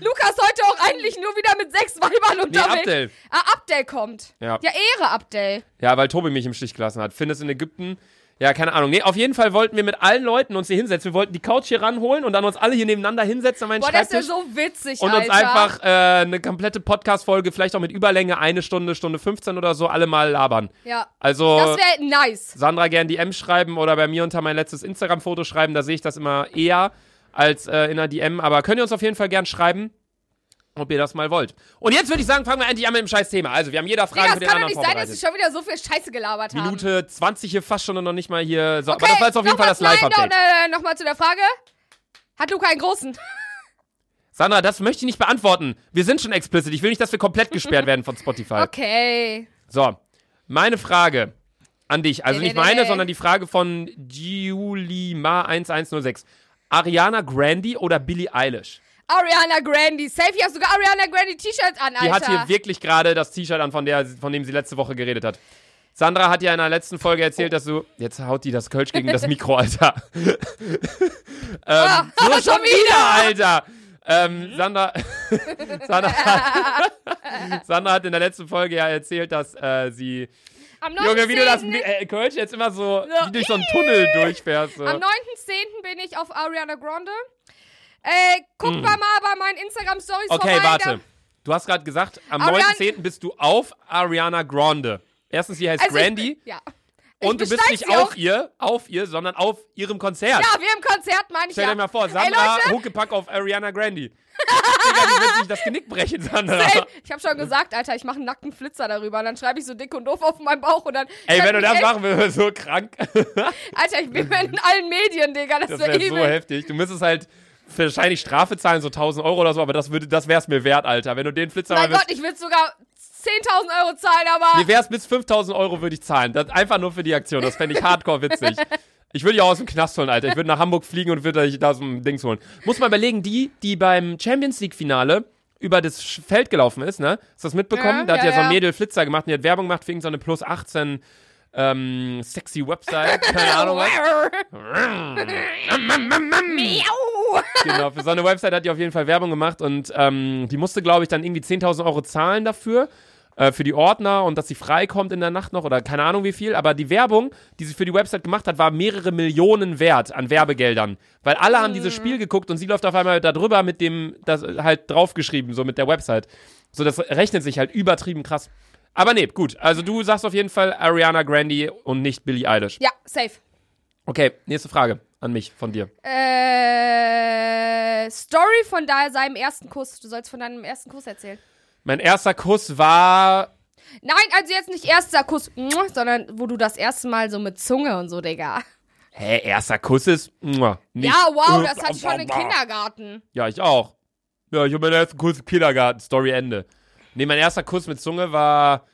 Lukas heute auch eigentlich nur wieder mit sechs Weibern nee, unterwegs. Abdel. Ah, Abdel kommt. Ja. Ja, Ehre, Abdel. Ja, weil Tobi mich im Stich gelassen hat. Findest in Ägypten. Ja, keine Ahnung. Nee, auf jeden Fall wollten wir mit allen Leuten uns hier hinsetzen. Wir wollten die Couch hier ranholen und dann uns alle hier nebeneinander hinsetzen an meinen Boah, das ist ja Schreibtisch. so witzig, Und Alter. uns einfach äh, eine komplette Podcast-Folge, vielleicht auch mit Überlänge, eine Stunde, Stunde 15 oder so, alle mal labern. Ja, Also das wäre nice. Sandra gern DM schreiben oder bei mir unter mein letztes Instagram-Foto schreiben, da sehe ich das immer eher als äh, in einer DM. Aber könnt ihr uns auf jeden Fall gern schreiben, ob ihr das mal wollt. Und jetzt würde ich sagen, fangen wir endlich an mit dem scheiß Thema. Also, wir haben jeder Frage Digga, für den das kann doch anderen nicht sein, dass wir vorbereitet. schon wieder so viel Scheiße gelabert haben. Minute 20 hier fast schon und noch nicht mal hier. So, aber Okay, das war jetzt auf jeden Fall das nochmal klein, Live-Update. Äh, Nochmal zu der Frage. Hat Luca einen großen? Äh. Sandra, das möchte ich nicht beantworten. Wir sind schon explicit. Ich will nicht, dass wir komplett gesperrt werden von Spotify. Okay. So, meine Frage an dich. Also Nee, nicht nee, nee, meine, nee. sondern die Frage von Giulima1106. Ariana Grande oder Billie Eilish? Ariana Grande. Safe, ich hab sogar Ariana Grande T-Shirt an, Alter. Die hat hier wirklich gerade das T-Shirt an, von, der, von dem sie letzte Woche geredet hat. Sandra hat ja in der letzten Folge erzählt, dass du. Jetzt haut die das Kölsch gegen das Mikro, Alter. ähm, Ah, so schon Ähm, schon wieder, Alter. Ähm, Sandra, Sandra, hat, Sandra hat in der letzten Folge ja erzählt, dass äh, sie am 9. Junge, wie du das äh, Kölsch jetzt immer so, So. wie durch so einen Tunnel durchfährst. So. Am 9.10. bin ich auf Ariana Grande. Äh, guck mal mal bei meinen Instagram-Stories Hm. Okay, vorbei. warte. Da- Du hast gerade gesagt, am Ariana- 9.10. bist du auf Ariana Grande. Erstens, sie heißt Also ich Brandy. bin- Ja. Ich Und du bist besteig nicht sie auf auch. ihr, auf ihr, sondern auf ihrem Konzert. Ja, wir im Konzert, meine ich Stell ja. dir mal vor, Ey, Sandra Leute, Huckepack auf Ariana Grande. Digga, die wird sich das Genick brechen, Sandra. Ey, ich habe schon gesagt, Alter, ich mache einen nackten Flitzer darüber. Und dann schreibe ich so dick und doof auf meinem Bauch und dann. Ey, wenn du dann- das machen würdest, so krank. Alter, ich bin in allen Medien, Digga. Das, Das wäre wäre wär so übel. heftig. Du müsstest halt wahrscheinlich Strafe zahlen, so 1000 Euro oder so, aber das, würde, das wäre es mir wert, Alter. Wenn du den Flitzer mein mal Gott, ich will sogar 10.000 Euro zahlen, aber. Mir wär's bis 5000 Euro würde ich zahlen. Das einfach nur für die Aktion. Das fände ich hardcore witzig. Ich würde dich auch aus dem Knast holen, Alter. Ich würde nach Hamburg fliegen und würde dich da so ein Dings holen. Muss man überlegen, die, die beim Champions League-Finale über das Sch- Feld gelaufen ist, ne? Hast du das mitbekommen? Ja, da hat ja, ja, so ein ja. Mädel Flitzer gemacht und die hat Werbung gemacht für irgendeine plus 18 ähm, sexy Website. Keine Ahnung was. Miau. Genau, für so eine Website hat die auf jeden Fall Werbung gemacht und ähm, die musste, glaube ich, dann irgendwie 10.000 Euro zahlen dafür, äh, für die Ordner und dass sie freikommt in der Nacht noch oder keine Ahnung wie viel. Aber die Werbung, die sie für die Website gemacht hat, war mehrere Millionen wert an Werbegeldern. Weil alle haben dieses Spiel geguckt und sie läuft auf einmal da drüber mit dem, das halt draufgeschrieben, so mit der Website. So, das rechnet sich halt übertrieben krass. Aber nee, gut. Also du sagst auf jeden Fall Ariana Grande und nicht Billie Eilish. Ja, safe. Okay, nächste Frage an mich von dir. Äh, Story von da seinem ersten Kuss. Du sollst von deinem ersten Kuss erzählen. Mein erster Kuss war Nein, also jetzt nicht erster Kuss, sondern wo du das erste Mal so mit Zunge und so, Digga. Hä, erster Kuss ist. Mua, nicht- Ja, wow, Äh, das hatte ich schon im mua, mua. Kindergarten. Ja, ich auch. Ja, ich habe meinen ersten Kuss im Kindergarten. Story Ende. Nee, mein erster Kuss mit Zunge war.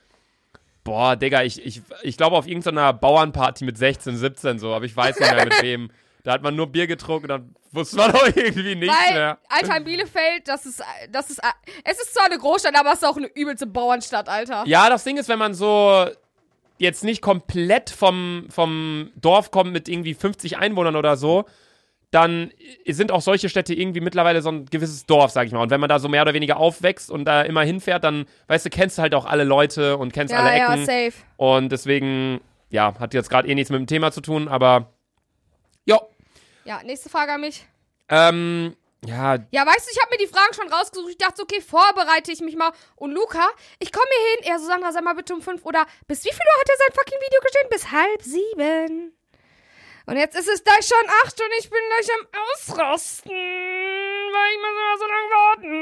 Boah, Digga, ich, ich, ich glaube auf irgendeiner Bauernparty mit 16, 17 so, aber ich weiß nicht mehr mit wem. Da hat man nur Bier getrunken, dann wusste man auch irgendwie nichts Weil, mehr. Alter, in Bielefeld, das ist, das ist, es ist zwar eine Großstadt, aber es ist auch eine übelste Bauernstadt, Alter. Ja, das Ding ist, wenn man so jetzt nicht komplett vom, vom Dorf kommt mit irgendwie 50 Einwohnern oder so, dann sind auch solche Städte irgendwie mittlerweile so ein gewisses Dorf, sag ich mal. Und wenn man da so mehr oder weniger aufwächst und da immer hinfährt, dann, weißt du, kennst du halt auch alle Leute und kennst alle ja, Ecken. ja safe. und deswegen, ja, hat jetzt gerade eh nichts mit dem Thema zu tun, aber jo. Ja, nächste Frage an mich. Ähm, ja, Ja, weißt du, ich habe mir die Fragen schon rausgesucht. Ich dachte, so, okay, vorbereite ich mich mal. Und Luca, ich komme hier hin. Er, so, Sandra, sag mal bitte um fünf oder bis wie viel Uhr hat er sein fucking Video geschnitten? Bis halb sieben. Und jetzt ist es gleich schon acht und ich bin gleich am Ausrasten, weil ich muss immer so lange warten.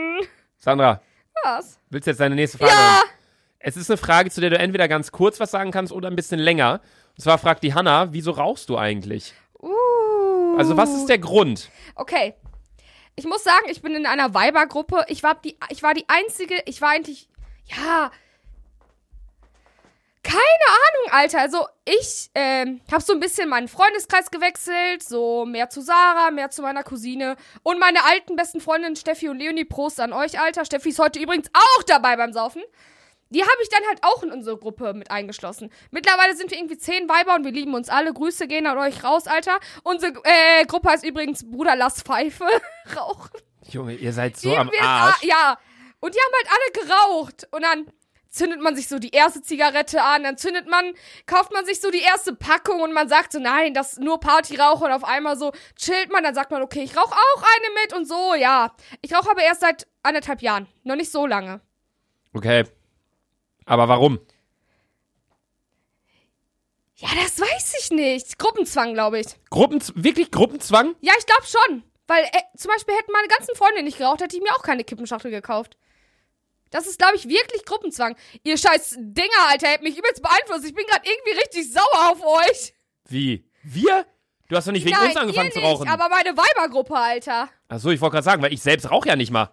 Sandra, Was? willst du jetzt deine nächste Frage? hören? Ja, Es ist eine Frage, zu der du entweder ganz kurz was sagen kannst oder ein bisschen länger. Und zwar fragt die Hanna, wieso rauchst du eigentlich? Uh. Also was ist der Grund? Okay. Ich muss sagen, ich bin in einer Weibergruppe. Ich war die, ich war die einzige, ich war eigentlich, ja. Keine Ahnung, Alter. Also ich ähm, habe so ein bisschen meinen Freundeskreis gewechselt, so mehr zu Sarah, mehr zu meiner Cousine und meine alten besten Freundinnen Steffi und Leonie. Prost an euch, Alter. Steffi ist heute übrigens auch dabei beim Saufen. Die habe ich dann halt auch in unsere Gruppe mit eingeschlossen. Mittlerweile sind wir irgendwie zehn Weiber und wir lieben uns alle. Grüße gehen an euch raus, Alter. Unsere äh, Gruppe heißt übrigens Bruder Lass Pfeife rauchen. Junge, ihr seid so Die am wir- Arsch. ah, Ja. Und die haben halt alle geraucht. Und dann zündet man sich so die erste Zigarette an, dann zündet man, kauft man sich so die erste Packung und man sagt so, nein, das ist nur Partyrauch und auf einmal so chillt man, dann sagt man, okay, ich rauche auch eine mit und so, ja. Ich rauche aber erst seit anderthalb Jahren, noch nicht so lange. Okay. Aber warum? Ja, das weiß ich nicht. Gruppenzwang, glaube ich. Gruppenz wirklich Gruppenzwang? Ja, ich glaube schon. Weil äh, zum Beispiel hätten meine ganzen Freunde nicht geraucht, hätte ich mir auch keine Kippenschachtel gekauft. Das ist, glaube ich, wirklich Gruppenzwang. Ihr scheiß Dinger, Alter, hätt mich übelst beeinflusst. Ich bin gerade irgendwie richtig sauer auf euch. Wie? Wir? Du hast doch nicht wegen Nein, uns angefangen ihr zu rauchen. Nicht, aber meine Weibergruppe, Alter. Achso, ich wollte gerade sagen, weil ich selbst rauche ja nicht mal.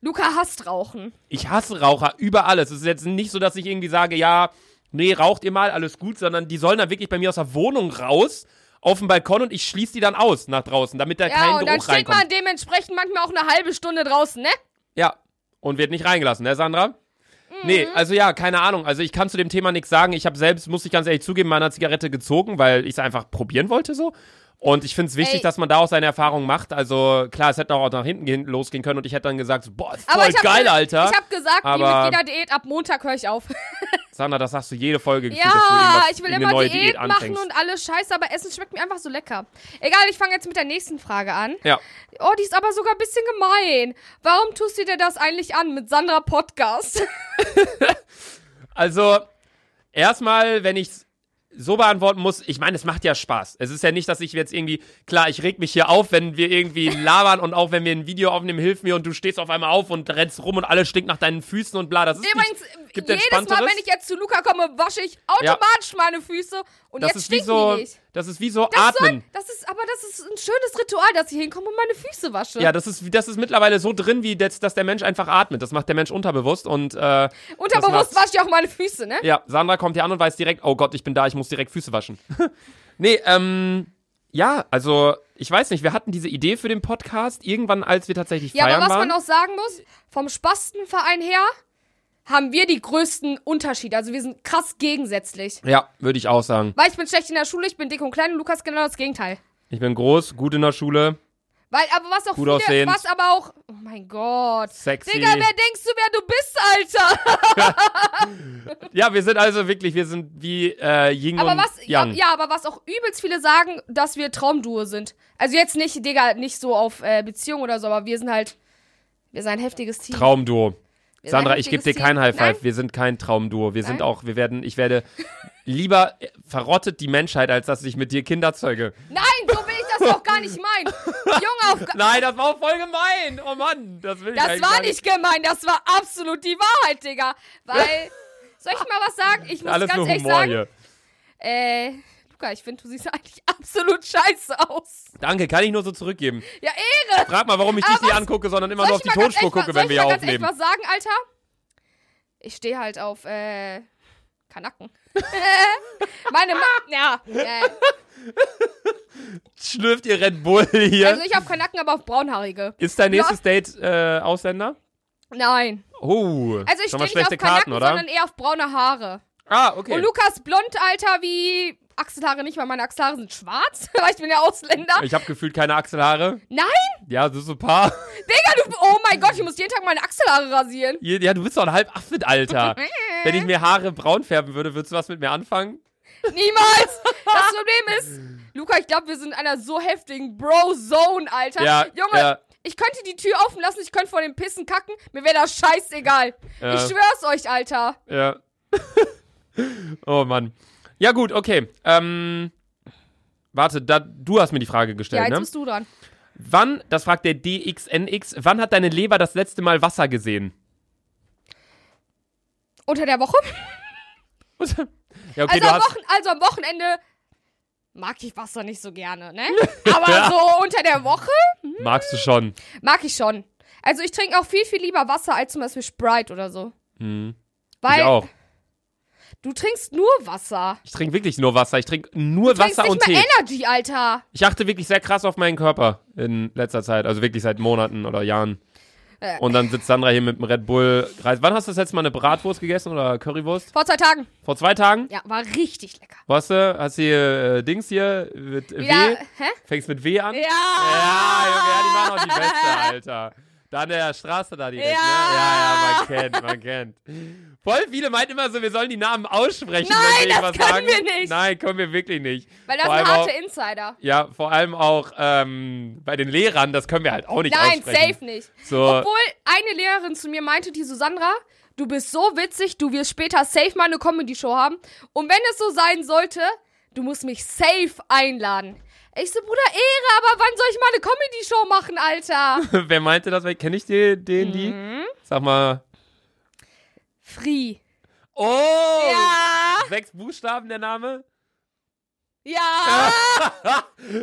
Luca hasst Rauchen. Ich hasse Raucher über alles. Es ist jetzt nicht so, dass ich irgendwie sage, ja, nee, raucht ihr mal, alles gut, sondern die sollen dann wirklich bei mir aus der Wohnung raus, auf den Balkon und ich schließe die dann aus nach draußen, damit da Ja, kein und dann Geruch steht reinkommt. man dementsprechend manchmal auch eine halbe Stunde draußen, ne? Ja. Und wird nicht reingelassen, ne, Sandra? Nee, Mhm. also ja, keine Ahnung. Also ich kann zu dem Thema nichts sagen. Ich habe selbst, muss ich ganz ehrlich zugeben, meiner Zigarette gezogen, weil ich es einfach probieren wollte so. Und ich finde es wichtig, Ey. dass man da auch seine Erfahrungen macht. Also klar, es hätte auch nach hinten gehen, losgehen können und ich hätte dann gesagt, so, boah, ist Aber voll ich hab geil, ge- Alter. Ich hab gesagt, wie Aber- mit jeder Diät, ab Montag höre ich auf. Sandra, das sagst du jede Folge. gefühlt, dass du Ja, irgendwas- ich will irgendeine immer neue Diät, machen anfängst. und alles scheiße, aber Essen schmeckt mir einfach so lecker. Egal, ich fange jetzt mit der nächsten Frage an. Ja. Oh, die ist aber sogar ein bisschen gemein. Warum tust du dir das eigentlich an mit Sandra Podcast? Also, erstmal, wenn ich so beantworten muss, ich meine, es macht ja Spaß. Es ist ja nicht, dass ich jetzt irgendwie, klar, ich reg mich hier auf, wenn wir irgendwie labern und auch wenn wir ein Video aufnehmen, hilf mir und du stehst auf einmal auf und rennst rum und alles stinkt nach deinen Füßen und bla. Das ist Übrigens, nicht, gibt jedes Mal, Entspannteres. wenn ich jetzt zu Luca komme, wasche ich automatisch meine Füße und das jetzt ist wie stinken so, die nicht. das ist wie so Das atmen. soll, das ist, aber das ist ein schönes Ritual, dass ich hinkomme und meine Füße wasche. Ja, das ist, wie- das ist mittlerweile so drin, wie das, dass der Mensch einfach atmet. Das macht der Mensch unterbewusst und äh, Unterbewusst das macht's. wasche ich auch meine Füße, ne? ja, Sandra kommt hier an und weiß direkt, oh Gott, ich bin da, ich muss direkt Füße waschen. nee, ähm, ja, also ich weiß nicht, wir hatten diese Idee für den Podcast irgendwann, als wir tatsächlich Ja, feiern aber was waren. man auch sagen muss, vom Spastenverein her haben wir die größten Unterschiede. Also wir sind krass gegensätzlich. ja, würde ich auch sagen. Weil ich bin schlecht in der Schule, ich bin dick und klein und Lukas genau das Gegenteil. Ich bin groß, gut in der Schule, Weil, aber was auch Gut viele, aussehend. was aber auch, oh mein Gott. sexy. Digga, wer denkst du, wer du bist, Alter? ja, wir sind also wirklich, wir sind wie äh, Ying Aber und was, ja, Yang. ja, aber was auch übelst viele sagen, dass wir Traumduo sind. Also jetzt nicht, Digga, nicht so auf äh, Beziehung oder so, aber wir sind halt, wir sind ein heftiges Team. Traumduo. Wir sind ein Sandra, ich gebe dir heftiges Team. kein High Nein, Five. Wir sind kein Traumduo. Wir sind Nein. auch, wir werden, ich werde lieber äh, verrottet die Menschheit, als dass ich mit dir Kinder zeuge. Nein, so will ich das doch gar nicht meinen. Junge, auf, Nein, das war auch voll gemein. Oh Mann, das will ich das eigentlich war gar nicht gemein, das war absolut die Wahrheit, Digga. Weil, soll ich mal was sagen? Ich muss Alles ganz nur ehrlich Humor sagen, hier. äh, Luca, ich finde, du siehst eigentlich absolut scheiße aus. Danke, kann ich nur so zurückgeben. Ja, Ehre. Frag mal, warum ich Aber dich nicht was- angucke, sondern immer Soll nur ich auf die mal ganz Tonspur echt was- gucke, soll wenn wir ich hier mal ganz echt aufnehmen. was sagen, Alter? Ich stehe halt auf, äh, Kanacken. Meine Ma ja. Äh, Schlürft ihr Red Bull hier? also nicht auf Kanacken, aber auf Braunhaarige. ist dein Ja. nächstes Date äh, Ausländer? Nein. Oh, Also ich schon stehe mal nicht auf schlechte Kanacken, Karten, oder? sondern eher auf braune Haare. Ah, okay. Und Lukas blond, Alter, wie Achselhaare nicht, weil meine Achselhaare sind schwarz. weil ich bin ja Ausländer. ich habe gefühlt keine Achselhaare. Nein, Ja, das ist so ein paar. Digga, du. Oh mein Gott, ich muss jeden Tag meine Achselhaare rasieren. Ja, du bist doch ein halb Affid, Alter. Wenn ich mir Haare braun färben würde, würdest du was mit mir anfangen? Niemals! Das Problem ist, Luca, ich glaube, wir sind in einer so heftigen Bro-Zone, Alter. Ja, Junge, ja. ich könnte die Tür offen lassen, ich könnte vor dem Pissen kacken, mir wäre das scheißegal. Ja. Ich schwör's euch, Alter. Ja. oh Mann. Ja, gut, okay. Ähm, warte, da, du hast mir die Frage Ja, gestellt, jetzt ne? bist du dran. Wann, das fragt der DXNX, wann hat deine Leber das letzte Mal Wasser gesehen? Unter der Woche? ja, okay, Also, du am hast. Wochen, also am Wochenende mag ich Wasser nicht so gerne, ne? Aber Ja. so unter der Woche Magst du schon. mag ich schon. Also ich trinke auch viel, viel lieber Wasser als zum Beispiel Sprite oder so. Hm. Weil ich auch. du trinkst nur Wasser. Ich trinke wirklich nur Wasser. Ich trinke nur Du trinkst Wasser und nicht Tee. mehr Energy, Alter. Ich achte wirklich sehr krass auf meinen Körper in letzter Zeit. Also wirklich seit Monaten oder Jahren. Äh. Und dann sitzt Sandra hier mit dem Red Bull. Reis. Wann hast du das letzte Mal eine Bratwurst gegessen oder Currywurst? Vor zwei Tagen. Vor zwei Tagen? Ja, war richtig lecker. Warst du? Hast du hier äh, Dings hier mit W? Ja, hä? Fängst mit W an? Ja, Junge, ja, die Ja! waren auch die Beste, Alter. Da an der Straße da direkt, Ja. ne? Ja, ja, man kennt, man kennt. Voll viele meinten immer so, wir sollen die Namen aussprechen. Nein, wenn wir das was können sagen. wir nicht. Nein, können wir wirklich nicht. Weil das Vor sind allem harte auch- Insider. Ja, vor allem auch ähm, bei den Lehrern, das können wir halt auch nicht Nein, aussprechen. safe nicht. So, Obwohl eine Lehrerin zu mir meinte, die Susandra, du bist so witzig, du wirst später safe mal eine Comedy-Show haben. Und wenn es so sein sollte, du musst mich safe einladen. Ich so, Bruder, Ehre, aber wann soll ich mal eine Comedy-Show machen, Alter? wer meinte das? Kenne ich den, den Mhm. die? Sag mal. Free. Oh! Ja, Sechs Buchstaben der Name? ja.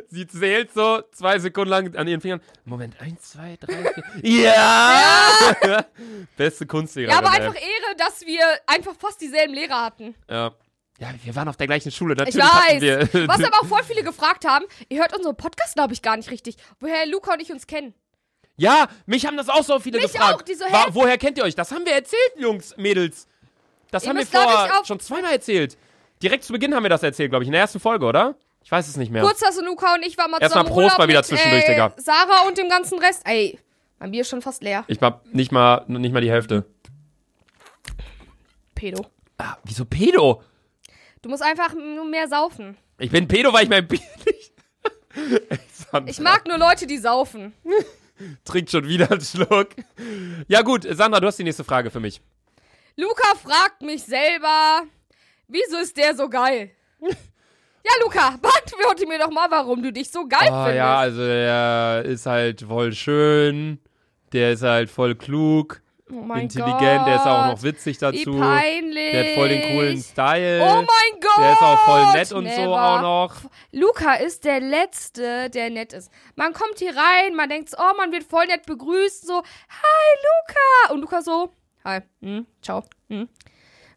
Sie zählt so zwei Sekunden lang an ihren Fingern. Moment, eins, zwei, drei, vier. Ja! Beste Kunstlehrerin. Ja, aber ey. einfach Ehre, dass wir einfach fast dieselben Lehrer hatten. Ja. ja, wir waren auf der gleichen Schule. Natürlich Ich hatten weiß. Wir, Was aber auch voll viele gefragt haben, ihr hört unseren Podcast, glaube ich, gar nicht richtig. Woher Luca und ich uns kennen. ja, mich haben das auch so viele Mich gefragt. auch, die so, Wa- hä? woher kennt ihr euch? Das haben wir erzählt, Jungs, Mädels. Das Ihr haben wir müsst, glaub ich, vor auf- schon zweimal erzählt. Direkt zu Beginn haben wir das erzählt, glaube ich, in der ersten Folge, oder? Ich weiß es nicht mehr. Kurz, dass Luca und ich waren mal Erstmal zusammen Prost Urlaub mal wieder mit, zwischendurch, äh, Digga. Sarah und dem ganzen Rest. Ey, mein Bier ist schon fast leer. Ich hab nicht mal, nicht mal die Hälfte. Pedo. Ah, wieso Pedo? Du musst einfach nur mehr saufen. Ich bin Pedo, weil ich mein Bier nicht. Ey, Sandra Ich mag nur Leute, die saufen. trinkt schon wieder einen Schluck. Ja, gut, Sandra, du hast die nächste Frage für mich. Luca fragt mich selber, wieso ist der so geil? ja, Luca, beantworte mir doch mal, warum du dich so geil Ah, findest. ja, also der ist halt voll schön. Der ist halt voll klug, oh mein intelligent, Gott, der ist auch noch witzig Wie dazu. peinlich. Der hat voll den coolen Style. Oh mein Gott! der ist auch voll nett und so Never. auch noch. Luca ist der Letzte, der nett ist. Man kommt hier rein, man denkt, so, oh, man wird voll nett begrüßt, so, hi Luca! Und Luca so, hi, hm, ciao. Hm.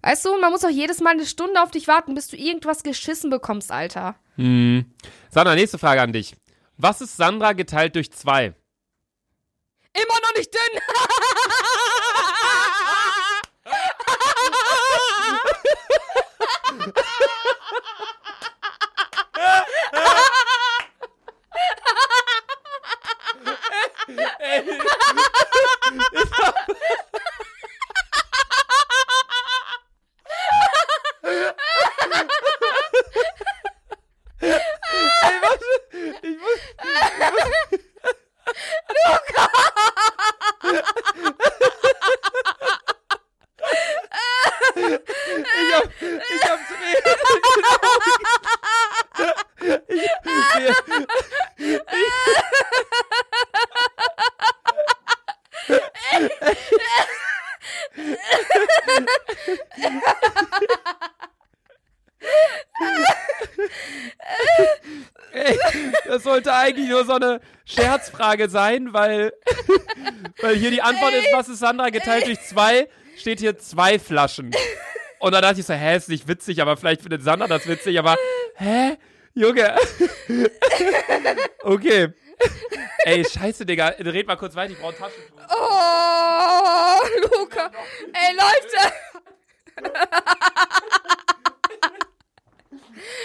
Weißt du, man muss auch jedes Mal eine Stunde auf dich warten, bis du irgendwas geschissen bekommst, Alter. Hm. Sandra, nächste Frage an dich. Was ist Sandra geteilt durch zwei? Immer noch nicht dünn! Ich hab, ich hab Tränen. in den Augen. Ich, ich, ey, das sollte eigentlich nur so eine Scherzfrage sein, weil, weil hier die Antwort ist, was ist Sandra geteilt durch zwei? Steht hier zwei Flaschen. Und dann dachte ich so, hä, ist nicht witzig, aber vielleicht findet Sandra das witzig, aber hä? Junge. okay. Ey, scheiße, Digga. Red mal kurz weiter, ich brauche Taschentuch. Oh, Luca. Ey, Leute.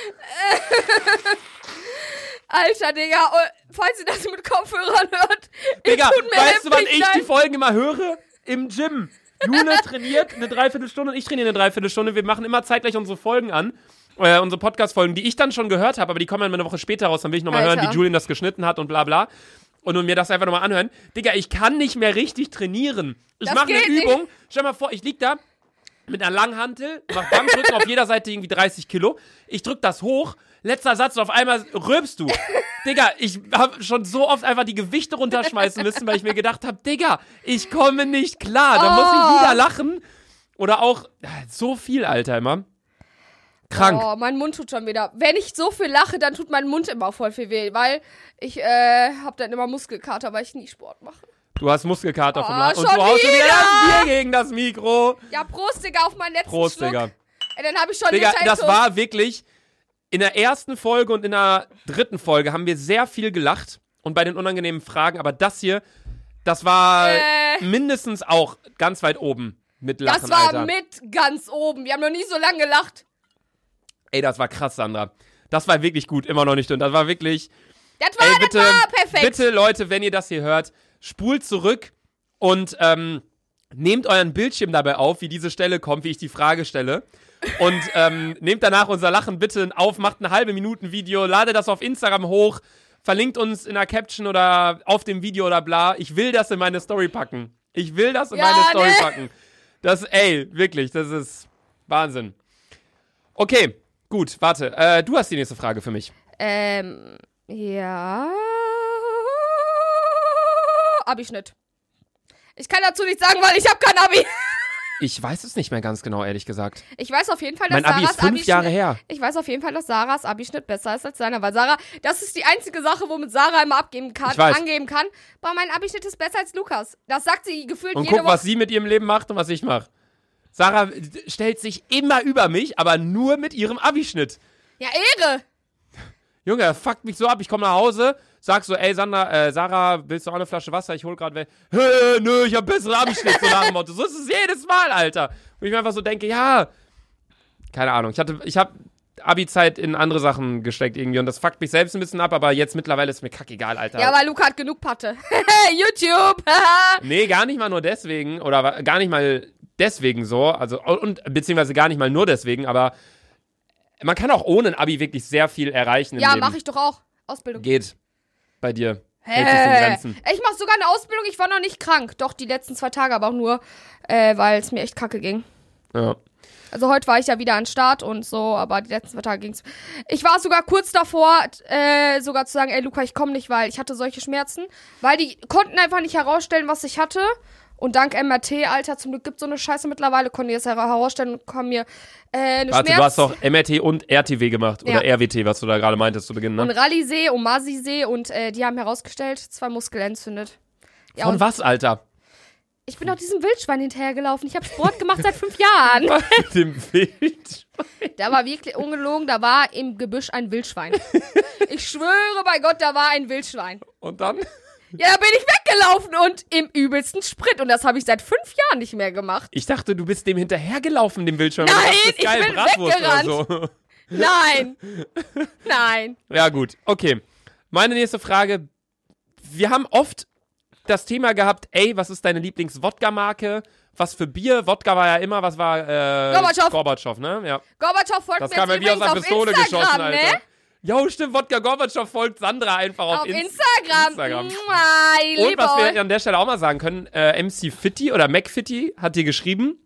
Alter, Digga, oh, falls ihr das mit Kopfhörern hört, Digga, tut mir weißt du, wann heftig ich die leid. Folgen immer höre? Im Gym. Jule trainiert eine Dreiviertelstunde und ich trainiere eine Dreiviertelstunde. Wir machen immer zeitgleich unsere Folgen an. Äh, unsere Podcast-Folgen, die ich dann schon gehört habe, aber die kommen dann eine Woche später raus. Dann will ich nochmal hören, Alter. wie Julian das geschnitten hat und bla bla. Und mir das einfach nochmal anhören. Digga, ich kann nicht mehr richtig trainieren. Ich Das mache eine geht nicht. Übung. Stell mal vor, ich lieg da, mit einer langen Hantel, mach Bankdrücken auf jeder Seite irgendwie 30 Kilo. Ich drück das hoch, letzter Satz und auf einmal rülpst du. Digga, ich habe schon so oft einfach die Gewichte runterschmeißen müssen, weil ich mir gedacht habe, Digga, ich komme nicht klar. Da muss ich Oh. wieder lachen. Oder auch ja, so viel, Alter, immer. Krank. Oh, mein Mund tut schon wieder. Wenn ich so viel lache, dann tut mein Mund immer voll viel weh, weil ich äh, hab dann immer Muskelkater, weil ich nie Sport mache. Du hast Muskelkater vom Oh, Lachen. Und schon du haust schon wieder wieder. das Bier gegen das Mikro. Ja, Prost, Digga, auf meinen letzten Prost, Schluck. Digga. Ey, dann hab ich schon Digga, Liter das Intus. war wirklich. In der ersten Folge und in der dritten Folge haben wir sehr viel gelacht und bei den unangenehmen Fragen, aber das hier, das war Äh. mindestens auch ganz weit oben mit Lachen, Das war Alter. mit ganz oben. Wir haben noch nie so lange gelacht. Ey, das war krass, Sandra. Das war wirklich gut, immer noch nicht dünn. Das war wirklich. Das war, Ey, das bitte, war perfekt. bitte, Leute, wenn ihr das hier hört, spult zurück und ähm, nehmt euren Bildschirm dabei auf, wie diese Stelle kommt, wie ich die Frage stelle. Und ähm, nehmt danach unser Lachen bitte auf, macht ein halbe Minuten Video, lade das auf Instagram hoch, verlinkt uns in der Caption oder auf dem Video oder bla. Ich will das in meine Story packen. Ich will das in Ja, meine Story ne? packen. Das, ey, wirklich, das ist Wahnsinn. Okay, gut, warte. Äh, du hast die nächste Frage für mich. Ähm, ja. Abischnitt. Ich kann dazu nichts sagen, weil ich habe kein Abi. Ich weiß es nicht mehr ganz genau, ehrlich gesagt. Ich weiß auf jeden Fall, dass Mein Abi Sarahs ist fünf Jahre Abischnitt- her. Ich weiß auf jeden Fall, dass Sarahs Abischnitt besser ist als seiner, weil Sarah, das ist die einzige Sache, womit Sarah immer abgeben kann, Ich weiß. angeben kann. Aber mein Abischnitt ist besser als Lukas. Das sagt sie gefühlt Und jede guck, Woche. was sie mit ihrem Leben macht und was ich mache. Sarah stellt sich immer über mich, aber nur mit ihrem Abischnitt. Ja, Ehre. Junge, er fuckt mich so ab. Ich komme nach Hause, sag so, ey, Sandra, äh, Sarah, willst du auch eine Flasche Wasser? Ich hol gerade weg. Hä, nö, ich hab besseren Abischnitt, so nach dem Motto. So ist es jedes Mal, Alter. Und ich mir einfach so denke, ja, keine Ahnung. Ich hatte, ich hab Abi-Zeit in andere Sachen gesteckt irgendwie und das fuckt mich selbst ein bisschen ab, aber jetzt mittlerweile ist mir kackegal, Alter. Ja, weil Luca hat genug Patte. YouTube. Nee, gar nicht mal nur deswegen oder wa- gar nicht mal deswegen so, also und beziehungsweise gar nicht mal nur deswegen, aber man kann auch ohne ein Abi wirklich sehr viel erreichen. Im Ja, Leben. mache ich doch auch. Ausbildung. Geht. Bei dir. Hält sich in Hä? Grenzen. Äh, Ich mache sogar eine Ausbildung. Ich war noch nicht krank. Doch, die letzten zwei Tage aber auch nur, äh, weil es mir echt kacke ging. Ja. Also heute war ich ja wieder an den Start und so, aber die letzten zwei Tage ging's. Ich war sogar kurz davor, äh, sogar zu sagen, ey Luca, ich komme nicht, weil ich hatte solche Schmerzen. Weil die konnten einfach nicht herausstellen, was ich hatte. Und dank MRT, Alter, zum Glück gibt so eine Scheiße mittlerweile, konnten die das her- herausstellen und haben mir äh, eine Warte, Schmerz du hast doch MRT und RTW gemacht. Ja. Oder RWT, was du da gerade meintest zu Beginn, und ne? Rallysee und Masisee und äh, die haben herausgestellt, zwei Muskel entzündet. Ja, Von und was, Alter? ich bin auch diesem Wildschwein hinterhergelaufen. Ich habe Sport gemacht seit fünf Jahren. Dem Wild. Da war wirklich ungelogen, da war im Gebüsch ein Wildschwein. Ich schwöre bei Gott, da war ein Wildschwein. Und dann? Ja, da bin ich weggelaufen und im übelsten Sprit. Und das habe ich seit fünf Jahren nicht mehr gemacht. Ich dachte, du bist dem hinterhergelaufen, dem Wildschwein. Nein, Und dachtest, ich geil, bin Bratwurst weggerannt. Oder Nein. Nein. so. Ja, gut. Okay. Meine nächste Frage. Wir haben oft das Thema gehabt, ey, was ist deine Lieblings-Wodka-Marke? Was für Bier? Wodka war ja immer, was war, äh, Gorbatschow. Gorbatschow, ne? Ja. Gorbatschow folgt Das mir jetzt kam ja wie aus übrigens einer auf Pistole Instagram, geschossen, ne? Alter. Jo, stimmt, Wodka Gorbatschow folgt Sandra einfach auf, Auf Inst- Instagram. Instagram. Mua, ich Und liebe was euch. wir an der Stelle auch mal sagen können, äh, MC Fitty oder Mac Fitty hat dir geschrieben,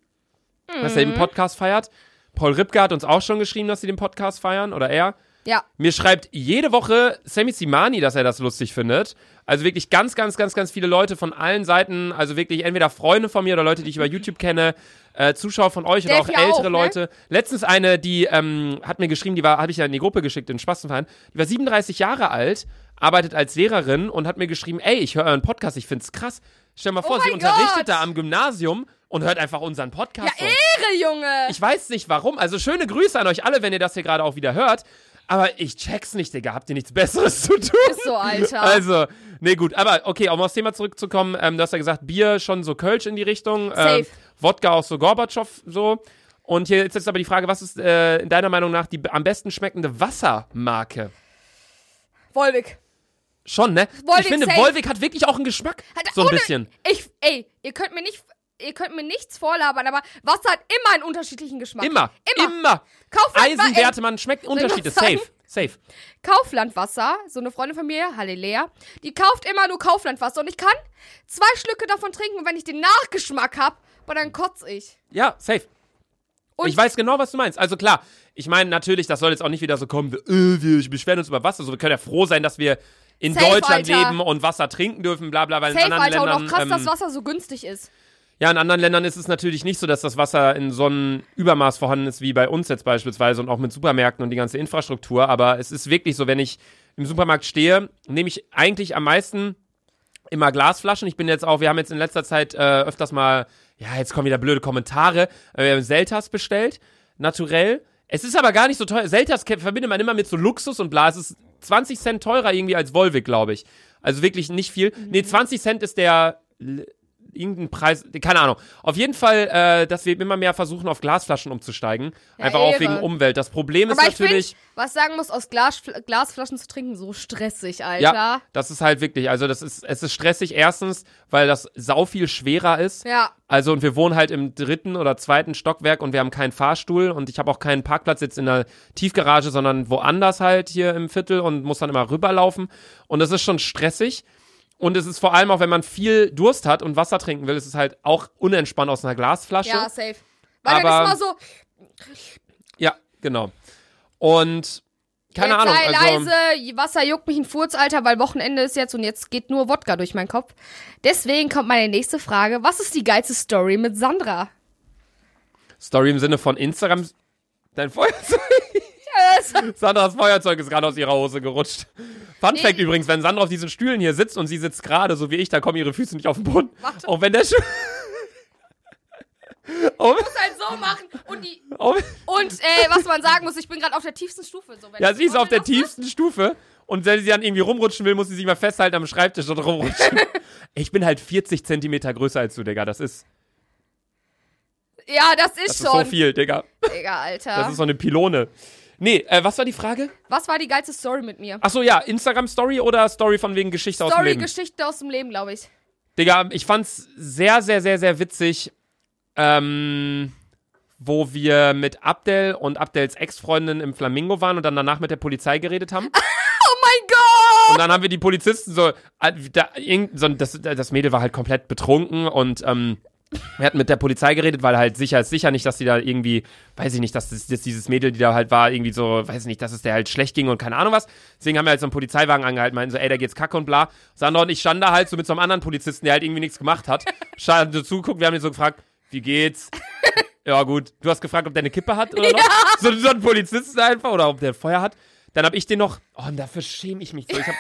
dass er den Mhm. Podcast feiert. Paul Ripke hat uns auch schon geschrieben, dass sie den Podcast feiern oder er. Ja. Mir schreibt jede Woche Sammy Simani, dass er das lustig findet. Also wirklich ganz, ganz, ganz, ganz viele Leute von allen Seiten. Also wirklich entweder Freunde von mir oder Leute, die ich über YouTube kenne, äh, Zuschauer von euch oder auch Delphi ältere auch, ne? Leute. Letztens eine, die ähm, hat mir geschrieben, die war, habe ich ja in die Gruppe geschickt, in Spastenverein. Die war 37 Jahre alt, arbeitet als Lehrerin und hat mir geschrieben, ey, ich höre euren Podcast, ich find's krass. Stell mal vor, sie Oh mein unterrichtet Gott. da am Gymnasium und hört einfach unseren Podcast. Ja, so. Ehre, Junge. Ich weiß nicht warum. Also schöne Grüße an euch alle, wenn ihr das hier gerade auch wieder hört. Aber ich check's nicht, Digga. Habt ihr nichts Besseres zu tun? Ist so, Alter. Also, nee, gut. Aber okay, um aufs Thema zurückzukommen, ähm, du hast ja gesagt, Bier schon so Kölsch in die Richtung. Ähm, Safe. Wodka auch so Gorbatschow so. Und hier ist jetzt aber die Frage, was ist äh, in deiner Meinung nach die b- am besten schmeckende Wassermarke? Wolwig. Schon, ne? Wolwig ich finde, safe. Wolwig hat wirklich auch einen Geschmack. Hat- so ein ohne- bisschen. Ich, ey, ihr könnt mir nicht... Ihr könnt mir nichts vorlabern, aber Wasser hat immer einen unterschiedlichen Geschmack. Immer. Immer. Immer. Kaufland, war- ey, Eisenwertemann schmeckt ich Unterschiede. was sagen? Safe. Safe. Kauflandwasser, so eine Freundin von mir, Halleluja, die kauft immer nur Kauflandwasser und ich kann zwei Schlücke davon trinken und wenn ich den Nachgeschmack hab, boah, dann kotz ich. Ja, safe. Und- ich weiß genau, was du meinst. Also klar, ich meine natürlich, das soll jetzt auch nicht wieder so kommen, wir- äh, wir beschweren uns über Wasser. Also wir können ja froh sein, dass wir in Safe, Deutschland Alter. leben und Wasser trinken dürfen, bla bla, weil in Safe, anderen Alter, Ländern... und auch krass, ähm, dass Wasser so günstig ist. ja, in anderen Ländern ist es natürlich nicht so, dass das Wasser in so einem Übermaß vorhanden ist wie bei uns jetzt beispielsweise und auch mit Supermärkten und die ganze Infrastruktur. Aber es ist wirklich so, wenn ich im Supermarkt stehe, nehme ich eigentlich am meisten immer Glasflaschen. Ich bin jetzt auch, wir haben jetzt in letzter Zeit äh, öfters mal, ja, jetzt kommen wieder blöde Kommentare. Äh, Wir haben Seltas bestellt, naturell. Es ist aber gar nicht so teuer. Seltas ke- verbindet man immer mit so Luxus und bla. Es ist 20 Cent teurer irgendwie als Volvic, glaube ich. Also wirklich nicht viel. Mhm. Nee, 20 Cent ist der l- irgendein Preis, keine Ahnung. Auf jeden Fall, äh, dass wir immer mehr versuchen, auf Glasflaschen umzusteigen. Einfach auch Ehre. wegen Umwelt. Das Problem ist Aber ich natürlich. finde, was ich sagen muss, aus Glas, Glasflaschen zu trinken, so stressig, Ja, Alter. das ist halt wirklich, also das ist, es ist stressig erstens, weil das sau viel schwerer ist. Ja. Also und wir wohnen halt im dritten oder zweiten Stockwerk und wir haben keinen Fahrstuhl und ich habe auch keinen Parkplatz jetzt in der Tiefgarage, sondern woanders halt hier im Viertel und muss dann immer rüberlaufen und das ist schon stressig und es ist vor allem auch, wenn man viel Durst hat und Wasser trinken will, ist es halt auch unentspannt aus einer Glasflasche. Ja, safe. Weil dann Aber- ist mal so, Ja, genau. Und keine jetzt Ahnung, sei also leise, Wasser juckt mich in den Furz, Alter, weil Wochenende ist jetzt und jetzt geht nur Wodka durch meinen Kopf. Deswegen kommt meine nächste Frage, was ist die geilste Story mit Sandra? Story im Sinne von Instagram dein Feuerzeug Yes. Sandras Feuerzeug ist gerade aus ihrer Hose gerutscht. Fun Nee. Fact übrigens, wenn Sandra auf diesen Stühlen hier sitzt und sie sitzt gerade, so wie ich, dann kommen ihre Füße nicht auf den Boden. Warte. Auch wenn der Stuhl... auch, halt so machen und die auch, und äh, was man sagen muss, ich bin gerade auf der tiefsten Stufe. So, wenn ja, ich- sie ist Oh, auf der lass tiefsten Stufe und wenn sie dann irgendwie rumrutschen will, muss sie sich mal festhalten am Schreibtisch und rumrutschen. ich bin halt 40 Zentimeter größer als du, Digga. Das ist, mal. Ja, das ist das ist so schon. viel, Digga. Digga, Alter. Das ist so eine Pylone. Nee, äh, was war die Frage? was war die geilste Story mit mir? Achso, ja, Instagram-Story oder Story von wegen Geschichte aus dem Story, Leben? Geschichte aus dem Leben, glaube ich. Digga, ich fand's sehr, sehr, sehr, sehr witzig. ähm, wo wir mit Abdel und Abdels Ex-Freundin im Flamingo waren und dann danach mit der Polizei geredet haben. Oh mein Gott! Und dann haben wir die Polizisten so, äh, da, irgend- so das, das Mädel war halt komplett betrunken und ähm, wir hatten mit der Polizei geredet, weil halt sicher ist sicher nicht, dass die da irgendwie, weiß ich nicht, dass, das, dass dieses Mädel, die da halt war, irgendwie so, weiß ich nicht, dass es der halt schlecht ging und keine Ahnung was. Deswegen haben wir halt so einen Polizeiwagen angehalten, meinten so, ey, da geht's kacke und bla. Sandra und ich standen da halt so mit so einem anderen Polizisten, der halt irgendwie nichts gemacht hat, standen so zuguckt, wir haben ihn so gefragt, wie geht's? Ja, gut. Du hast gefragt, ob der eine Kippe hat oder noch? So, so ein Polizisten einfach oder ob der Feuer hat. Dann hab ich den noch. Oh, und dafür schäme ich mich so. Ich hab,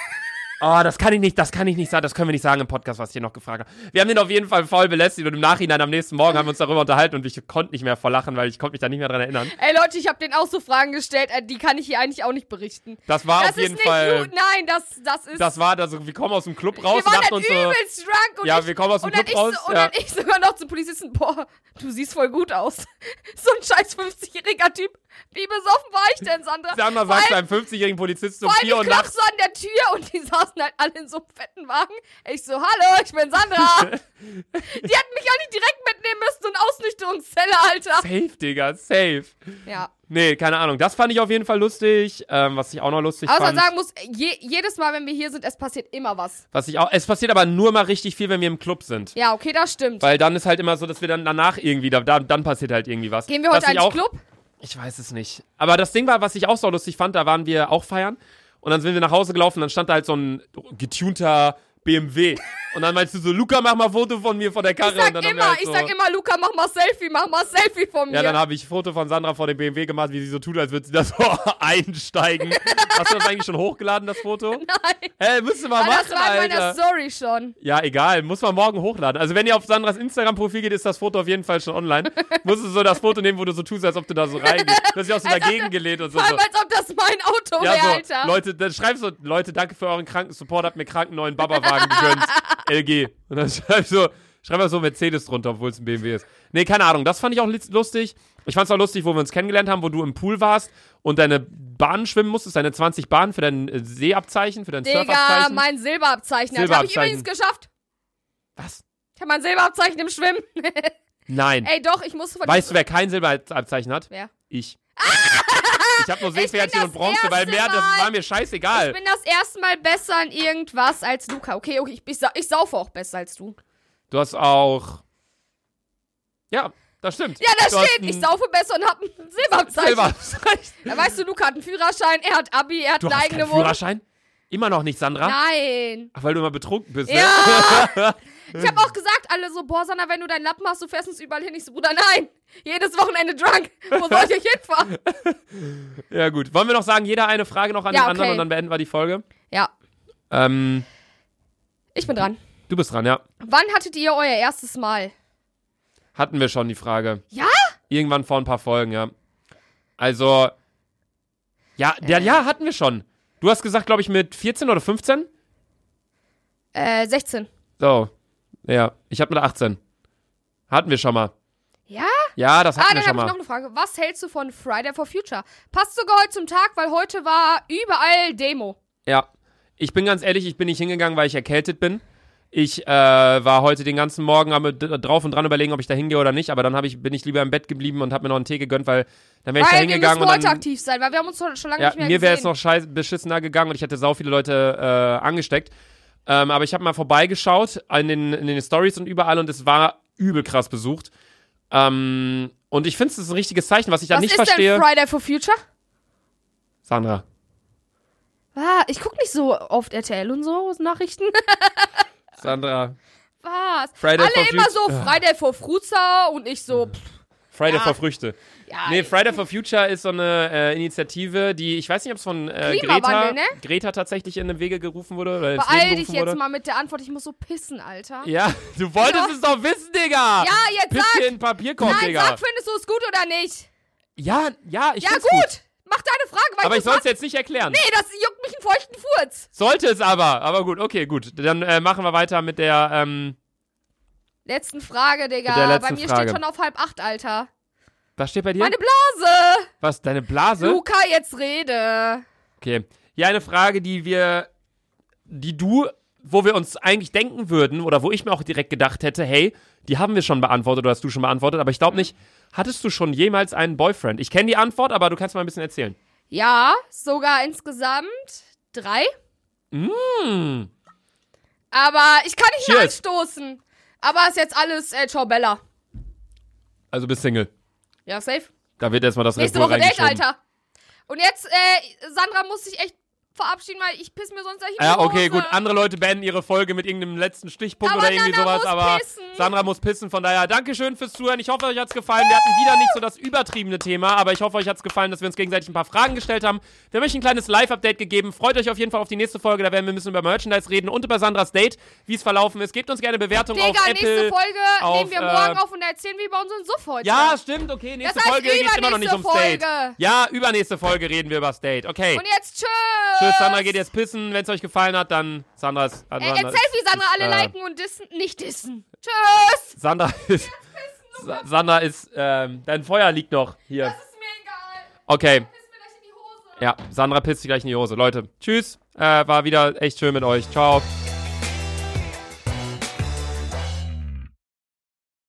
oh, das kann ich nicht, das kann ich nicht sagen, das können wir nicht sagen im Podcast, was ich hier noch gefragt habe. Wir haben den auf jeden Fall voll belästigt und im Nachhinein am nächsten Morgen haben wir uns darüber unterhalten und ich konnte nicht mehr voll lachen, weil ich konnte mich da nicht mehr dran erinnern. Ey Leute, ich habe den auch so Fragen gestellt, äh, die kann ich hier eigentlich auch nicht berichten. Das war das auf ist jeden nicht Fall. gut, nein, das, das ist. Das war da so, wir kommen aus dem Club raus wir waren halt dachten dann uns so. übelst drunk und Ja, ich, wir kommen aus dem und dann Club raus. Ich, so- und ja. dann ich sogar noch zum Polizisten, boah, du siehst voll gut aus. so ein scheiß 50-jähriger Typ. Wie besoffen war ich denn, Sandra? Sandra Vor sagt zu allem- einem 50-jährigen Polizisten um vor allem, 4 Uhr die nachts. klopfst so an der Tür und die saßen halt alle in so einem fetten Wagen. Ich so, hallo, ich bin Sandra. die hätten mich auch nicht direkt mitnehmen müssen, so eine Ausnüchterungszelle, Alter. Safe, Digga, safe. Ja. Nee, keine Ahnung. Das fand ich auf jeden Fall lustig. Ähm, was ich auch noch lustig Außer fand. sagen muss, je, jedes Mal, wenn wir hier sind, es passiert immer was. Was ich auch. Es passiert aber nur mal richtig viel, wenn wir im Club sind. Ja, okay, das stimmt. Weil dann ist halt immer so, dass wir dann danach irgendwie, da, da, dann passiert halt irgendwie was. Gehen wir heute was ich eigentlich auch, Club? Ich weiß es nicht. Aber das Ding war, was ich auch so lustig fand, da waren wir auch feiern. Und dann sind wir nach Hause gelaufen, dann stand da halt so ein getunter BMW. Und dann meinst du so, Luca, mach mal ein Foto von mir vor der Karre. Ich sag und dann haben wir immer, halt ich so, sag immer, Luca, mach mal Selfie, mach mal Selfie von mir. Ja, dann habe ich ein Foto von Sandra vor dem BMW gemacht, wie sie so tut, als würde sie da so einsteigen. Hast du das eigentlich schon hochgeladen, das Foto? Nein. Hä, müsst ihr mal Aber machen, Ah, das war halt in meiner Alter. Story schon. Ja, egal. Muss man morgen hochladen. Also, wenn ihr auf Sandras Instagram-Profil geht, ist das Foto auf jeden Fall schon online. Musst du so das Foto nehmen, wo du so tust, als ob du da so reingehst. Du hast dich auch so Als ob dagegen du- gelehnt und so. Vor allem, so. als ob das mein Auto wäre, Ja, so, Alter. Leute, dann schreibst du, Leute, danke für euren kranken Support, habt mir kranken neuen Babawagen gegönnt. LG. Und dann schreibst du, schreib mal so Mercedes drunter, obwohl es ein BMW ist. Nee, keine Ahnung, das fand ich auch li- lustig. Ich fand's auch lustig, wo wir uns kennengelernt haben, wo du im Pool warst und deine Bahnen schwimmen musstest, deine 20 Bahnen für dein äh, Seeabzeichen, für dein Digga, Surfabzeichen. mein Silberabzeichen. Alter, hab ich Silberabzeichen. übrigens geschafft. Was? Ich hab mein Silberabzeichen im Schwimmen. Nein. Ey, doch, ich muss von Weißt du, wer kein Silberabzeichen hat? Wer? Ich. Ich habe nur Seepferdchen das und Bronze, weil erste mehr, das Mal- war mir scheißegal. Ich bin das erste Mal besser in irgendwas als Luca. Okay, okay, ich, ich, sau- ich saufe auch besser als du. Du hast auch. Ja, das stimmt. Ja, das du hast steht. ein Ich saufe besser und hab ein Silberabzeichen. Silberabzeichen. Ja, weißt du, Luca hat einen Führerschein, er hat Abi, er hat Du eine hast eigene keinen Wohnung. Führerschein? Immer noch nicht, Sandra? Nein. Ach, weil du immer betrunken bist, ne? Ja! Ich habe auch gesagt, alle so, boah, Sanna, wenn du deinen Lappen hast, du fährst uns überall hin. Ich so, Bruder, nein. Jedes Wochenende drunk. Wo soll ich euch hinfahren? Ja, gut. Wollen wir noch sagen, jeder eine Frage noch an Ja, den anderen okay. und dann beenden wir die Folge? Ja, Ähm, ich bin dran. du bist dran, ja. Wann hattet ihr euer erstes Mal? Hatten wir schon die Frage. Ja? Irgendwann vor ein paar Folgen, ja. Also, ja, Äh. ja, ja hatten wir schon. Du hast gesagt, glaube ich, mit 14 oder 15? Äh, 16. So, ja. Ich hab mit 18. Hatten wir schon mal. Ja? Ja, das hatten Ah, wir dann schon habe ich mal. noch eine Frage. Was hältst du von Friday for Future? Passt sogar heute zum Tag, weil heute war überall Demo. Ja, ich bin ganz ehrlich, ich bin nicht hingegangen, weil ich erkältet bin. Ich äh, war heute den ganzen Morgen am d- drauf und dran überlegen, ob ich da hingehe oder nicht, aber dann hab ich, bin ich lieber im Bett geblieben und habe mir noch einen Tee gegönnt, weil dann wäre ich da Weil wir hingegangen müssen und heute dann, aktiv sein, weil wir haben uns schon schon lange ja, nicht mehr mir wäre es gesehen. noch scheiß beschissener gegangen und ich hätte sau viele Leute äh, angesteckt. Ähm, aber ich habe mal vorbeigeschaut an den, in den Stories und überall und es war übel krass besucht. Ähm, und ich finde es ist ein richtiges Zeichen, was ich da Was nicht ist verstehe. denn Friday for Future? Sandra. Ah, ich guck nicht so oft RTL und so Nachrichten. Sandra. Was? Friday Alle for immer Future. so Friday for Fruza und ich so, pff, Friday Ja. for Früchte. ja. Nee, Friday for Future ist so eine äh, Initiative, die, ich weiß nicht, ob es von äh, Greta, Klimawandel, ne? Greta tatsächlich in den Wege gerufen wurde oder ins Leben Beeil dich gerufen jetzt wurde. mal mit der Antwort, ich muss so pissen, Alter. Ja, Ja, du wolltest Ja. es doch wissen, Digga. jetzt Piss sag, dir in den Papierkorb, nein, Digga. sag, findest du es gut oder nicht? ja, ja, ich Ja, find's gut. mach deine Frage, weil Aber ich ich soll's jetzt nicht erklären. Nee, das juckt mich einen feuchten Furz. Sollte es aber. Aber gut, okay, gut. Dann äh, machen wir weiter mit der, ähm, Letzten Frage, Digga. Mit der letzten Bei mir Frage. steht schon auf halb acht, Alter. was steht bei dir? Meine Blase. was, deine Blase? Luca, jetzt rede. Okay. Ja, eine Frage, die wir, die du wo wir uns eigentlich denken würden oder wo ich mir auch direkt gedacht hätte, hey, die haben wir schon beantwortet oder hast du schon beantwortet, aber ich Mhm. glaube nicht, hattest du schon jemals einen Boyfriend? Ich kenne die Antwort, aber du kannst mal ein bisschen erzählen. Ja, sogar insgesamt drei. Hm. Aber ich kann nicht mehr Cheers. anstoßen. Aber ist jetzt alles äh, Ciao Bella. Also bist Single. Ja, safe. Da wird erstmal das Red Nächste Bull Woche Date, reingeschoben. Alter. Und jetzt, äh, Sandra muss sich echt verabschieden, weil ich piss mir sonst gleich in die Ja, okay, Hose. gut. Andere Leute beenden ihre Folge mit irgendeinem letzten Stichpunkt Aber oder irgendwie Nana sowas, muss aber pissen. Sandra muss pissen. Von daher, Dankeschön fürs Zuhören. Ich hoffe, euch hat's gefallen. Wir hatten wieder nicht so das übertriebene Thema, aber ich hoffe, euch hat's gefallen, dass wir uns gegenseitig ein paar Fragen gestellt haben. Wir haben euch ein kleines Live-Update gegeben. Freut euch auf jeden Fall auf die nächste Folge. Da werden wir ein bisschen über Merchandise reden und über Sandras Date, wie es verlaufen ist. Gebt uns gerne Bewertungen Digga, auf Apple. nächste Folge auf, nehmen wir morgen äh, auf und erzählen, wie bei unseren Suff heute. Ja, war. stimmt, okay. Nächste Das heißt, Folge geht's immer noch nicht übernächste ums Date. Folge. Ja, übernächste Folge reden wir übers Date. Okay. Und jetzt tschüss. Tschüss, Sandra geht jetzt pissen. Wenn es euch gefallen hat, dann Sandra ist. Äh, Ey, erzähl, wie Sandra alle äh, liken und dissen. Nicht dissen. Tschüss. Sandra ist. Sa- Sandra ist. Ähm, dein Feuer liegt noch hier. oh Das ist mir egal. Okay. Piss mir gleich in die Hose. Ja, Sandra pisst sich gleich in die Hose. Leute, tschüss. Äh, war wieder echt schön mit euch. Ciao.